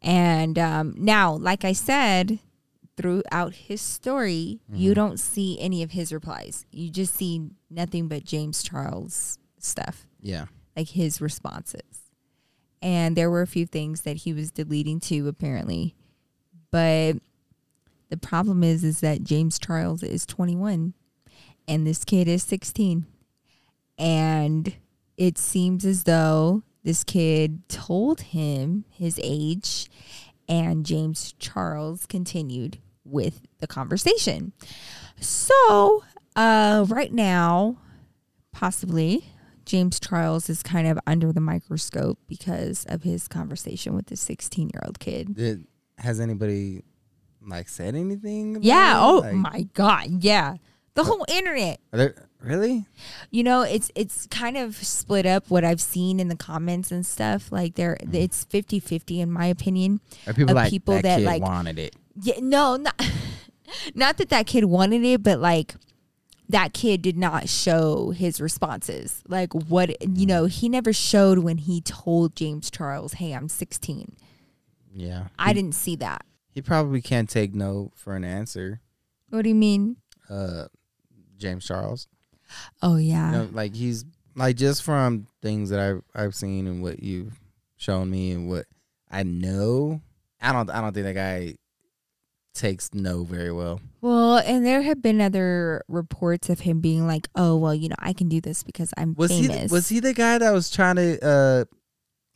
And um, now, like I said, throughout his story, you don't see any of his replies. You just see nothing but James Charles stuff
Yeah.
like his responses. And there were a few things that he was deleting too, apparently. But the problem is, is that James Charles is 21 and this kid is 16. And it seems as though this kid told him his age and James Charles continued with the conversation. So, uh, right now, possibly James Charles is kind of under the microscope because of his conversation with the 16 year old kid.
Did, has anybody like said anything? about
Yeah.
it?
Oh
Like,
my God. Yeah. The whole internet.
Are there, really?
You know, it's it's kind of split up what I've seen in the comments and stuff. Like there it's 50-50 in my opinion.
Are people
Of
like
people
that,
that,
kid
like-
wanted it?
Yeah, no, not, not that that kid wanted it, but like that kid did not show his responses. Like what you know, he never showed when he told James Charles, "Hey, I'm 16."
Yeah.
I didn't see that.
He probably can't take no for an answer.
What do you mean?
Uh, James Charles.
Oh yeah.
You know, like he's like just from things that I've I've seen and what you've showing me and what I know. I don't. I don't think that guy takes no very well.
Well, and there have been other reports of him being like, "Oh, well, you know, I can do this because I'm
Was he?
famous."
th- Was he the guy that was trying to uh,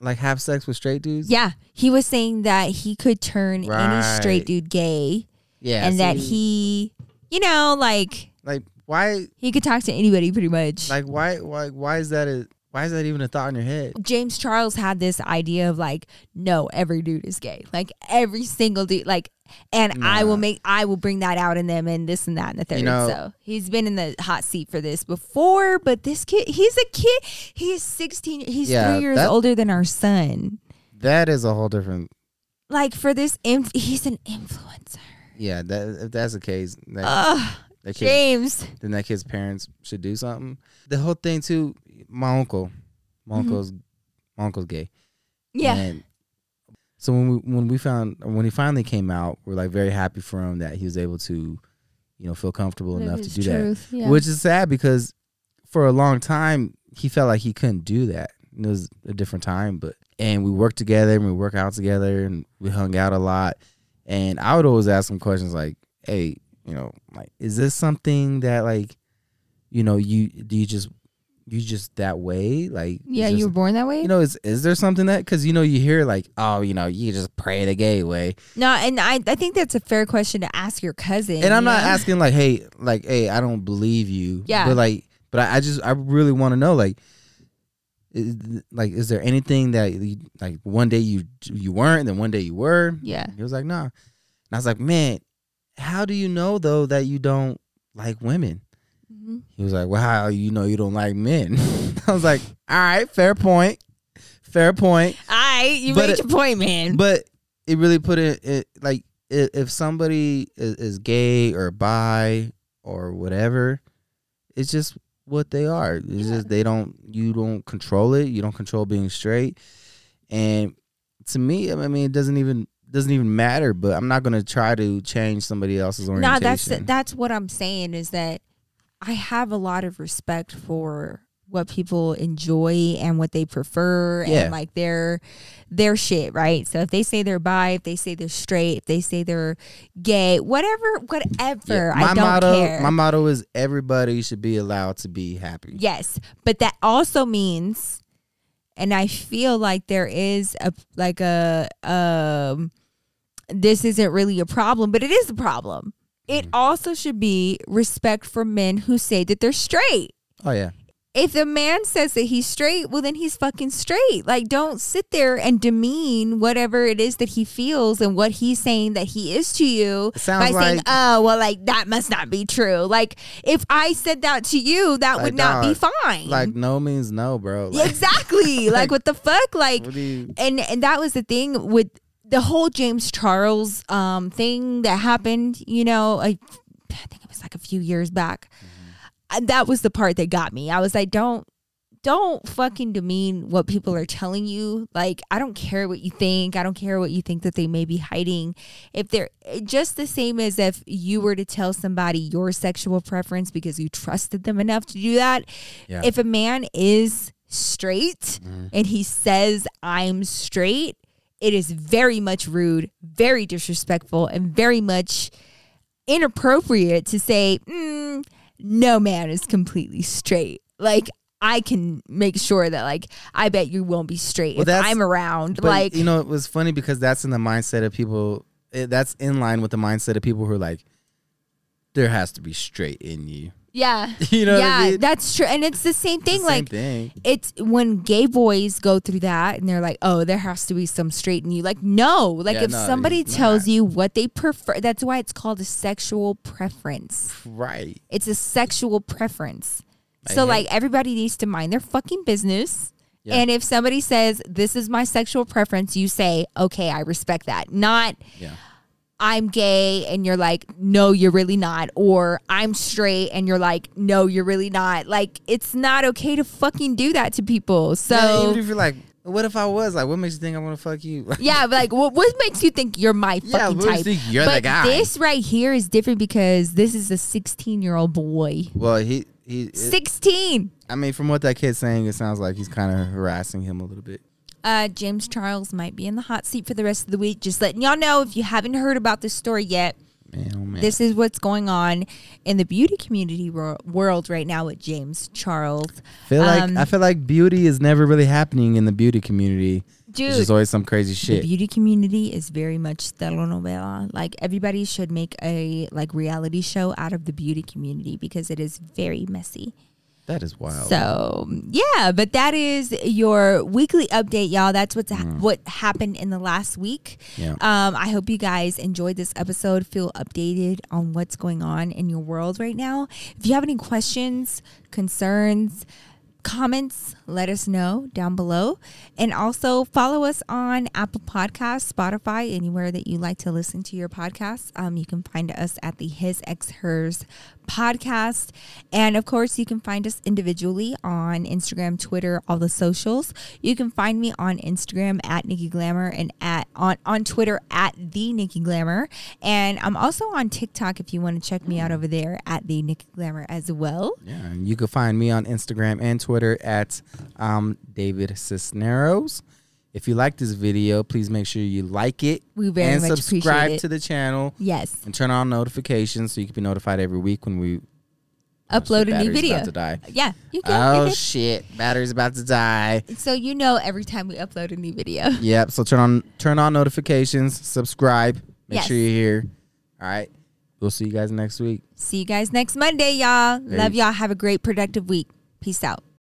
like have sex with straight dudes?
Yeah, he was saying that he could turn any
Right.
straight dude gay,
yeah.
and
so
that he, you know, like
like why
he could talk to anybody pretty much.
like why why why is that a why is that even a thought in your head?
James Charles had this idea of like, no, every dude is gay. Like every single dude, like, and I will make, I will bring that out in them, and this and that and the third.
You know-
so he's been in the hot seat for this before, but this kid, he's a kid. He is sixteen. He's
Yeah,
three years
that-
older than our son.
That is a whole different.
Like for this, inf- he's an influencer.
Yeah, that if that's the case, that,
Uh,
Ugh,
that kid
James.
then that kid's parents should do something. The whole thing too. My uncle, my
Mm-hmm.
uncle's, my uncle's gay.
Yeah.
And so when we when we found when he finally came out, we're like very happy for him that he was able to, you know, feel comfortable
Live
enough to
his
do
truth,
that.
yeah.
Which is sad because for a long time he felt like he couldn't do that. And it was a different time, but and we worked together and we work out together and we hung out a lot. And I would always ask him questions like, "Hey, you know, like, is this something that like, you know, you do you just you just that way? Like,
Yeah,
just-
you were born that way?
you know, is is there something that because you know you hear like, oh, you know, you just pray the gay way,
No, and I, I think that's a fair question to ask your cousin.
and I'm
you
not
know?
asking like, hey, like, hey, I don't believe you,
Yeah.
but like, but I, I just I really want to know like, is, like, is there anything that you, like one day you you weren't, then one day you were?
yeah.
He was like, nah, and I was like, man, how do you know though that you don't like women? He was like, well, how you know you don't like men? I was like, all right, fair point, fair point.
I, you
But
made
it-
your point, man.
But it really put it, it like i- if somebody is, is gay or bi or whatever, it's just what they are. It's just they don't you don't control it. You don't control being straight. And to me, I mean, it doesn't even doesn't even matter. But I'm not gonna try to change somebody else's orientation.
no, that's that's what I'm saying is that I have a lot of respect for what people enjoy and what they prefer
Yeah.
and like their their shit, right? So if they say they're bi, if they say they're straight, if they say they're gay, whatever, whatever,
Yeah.
I don't
motto,
care.
my motto is everybody should be allowed to be happy.
Yes, but that also means, and I feel like there is a like a um, this isn't really a problem, but it is a problem. It also should be respect for men who say that they're straight.
Oh yeah,
If the man says that he's straight, well then he's fucking straight. Like don't sit there and demean whatever it is that he feels and what he's saying that he is to you
It sounds
by saying,
like-
"Oh, well like that must not be true." Like if I said that to you, that
Like,
would not be
dog,
fine.
like no means no, bro.
Yeah,
Like,
exactly. like, what the fuck? Like
what do you-
and and that was the thing with the whole James Charles um thing that happened, you know, I, I think it was like a few years back.
Mm-hmm.
And that was the part that got me. I was like, don't don't fucking demean what people are telling you. Like, I don't care what you think. I don't care what you think that they may be hiding. If they're eh, just the same as if you were to tell somebody your sexual preference because you trusted them enough to do that.
Yeah.
If a man is straight and he says, I'm straight, it is very much rude, very disrespectful, and very much inappropriate to say, mm, no man is completely straight. Like, I can make sure that, like, I bet you won't be straight
Well,
if
that's-
I'm around.
But,
like,
you know, it was funny because that's in the mindset of people. It, that's in line with the mindset of people who are like, there has to be straight in you.
yeah.
You know what
yeah,
I mean?
that's true. And it's the same thing.
Same
like,
thing.
it's when gay boys go through that and they're like, oh, there has to be some straight in you. Like, no. Like,
Yeah,
if
no,
somebody
it's
tells
not.
you what they prefer, that's why it's called a sexual preference.
Right.
It's a sexual preference.
I
So,
hate-
like, everybody needs to mind their fucking business.
Yeah.
And if somebody says, this is my sexual preference, you say, okay, I respect that. Not,
Yeah.
I'm gay and you're like, no, you're really not. Or I'm straight and you're like, no, you're really not. Like, it's not okay to fucking do that to people.
Yeah, even
So,
if you're like, what if I was? Like, what makes you think I want to fuck you?
yeah, but like, what, what makes you think you're my
Yeah,
fucking
what makes
type?
you think you're the
but
guy?
This right here is different because this is a 16 year old boy.
well, he, he, it-
16.
I mean, from what that kid's saying, it sounds like he's kind of harassing him a little bit.
Uh, James Charles might be in the hot seat for the rest of the week. Just letting y'all know if you haven't heard about this story yet.
Man, oh, man.
This is what's going on in the beauty community wor- world right now with James Charles.
feel like
um,
I feel like beauty is never really happening in the beauty community.
Dude,
It's just always some crazy
The
shit.
beauty community is very much telenovela. Like everybody should make a like reality show out of the beauty community because it is very messy.
That is wild.
So yeah, but that is your weekly update, y'all. That's what's what happened in the last week.
Mm. Yeah.
Um, I hope you guys enjoyed this episode. Feel updated on what's going on in your world right now. If you have any questions, concerns, comments, let us know down below. And also follow us on Apple Podcasts, Spotify, anywhere that you like to listen to your podcasts. Um, you can find us at the His Ex Hers podcast. And of course, you can find us individually on Instagram, Twitter, all the socials. You can find me on Instagram at Nikki Glamour and at on, on Twitter at the Nikki Glamour. And I'm also on TikTok if you want to check me out over there at the Nikki Glamour as well.
Yeah, and you can find me on Instagram and Twitter at um, David Cisneros. If you like this video, please make sure you like it
We very
and
much appreciate
subscribe
it.
to the channel
Yes.
and turn on notifications so you can be notified every week when we
upload
The
a new
battery's
video.
about to die.
Yeah, you can.
Oh shit, battery's about to die.
so you know every time we upload a new video.
Yep. So turn on turn on notifications, subscribe, make
Yes.
sure you're here. All right. We'll see you guys next week.
See you guys next Monday, y'all. Love
Peace.
y'all. Have a great productive week. Peace out.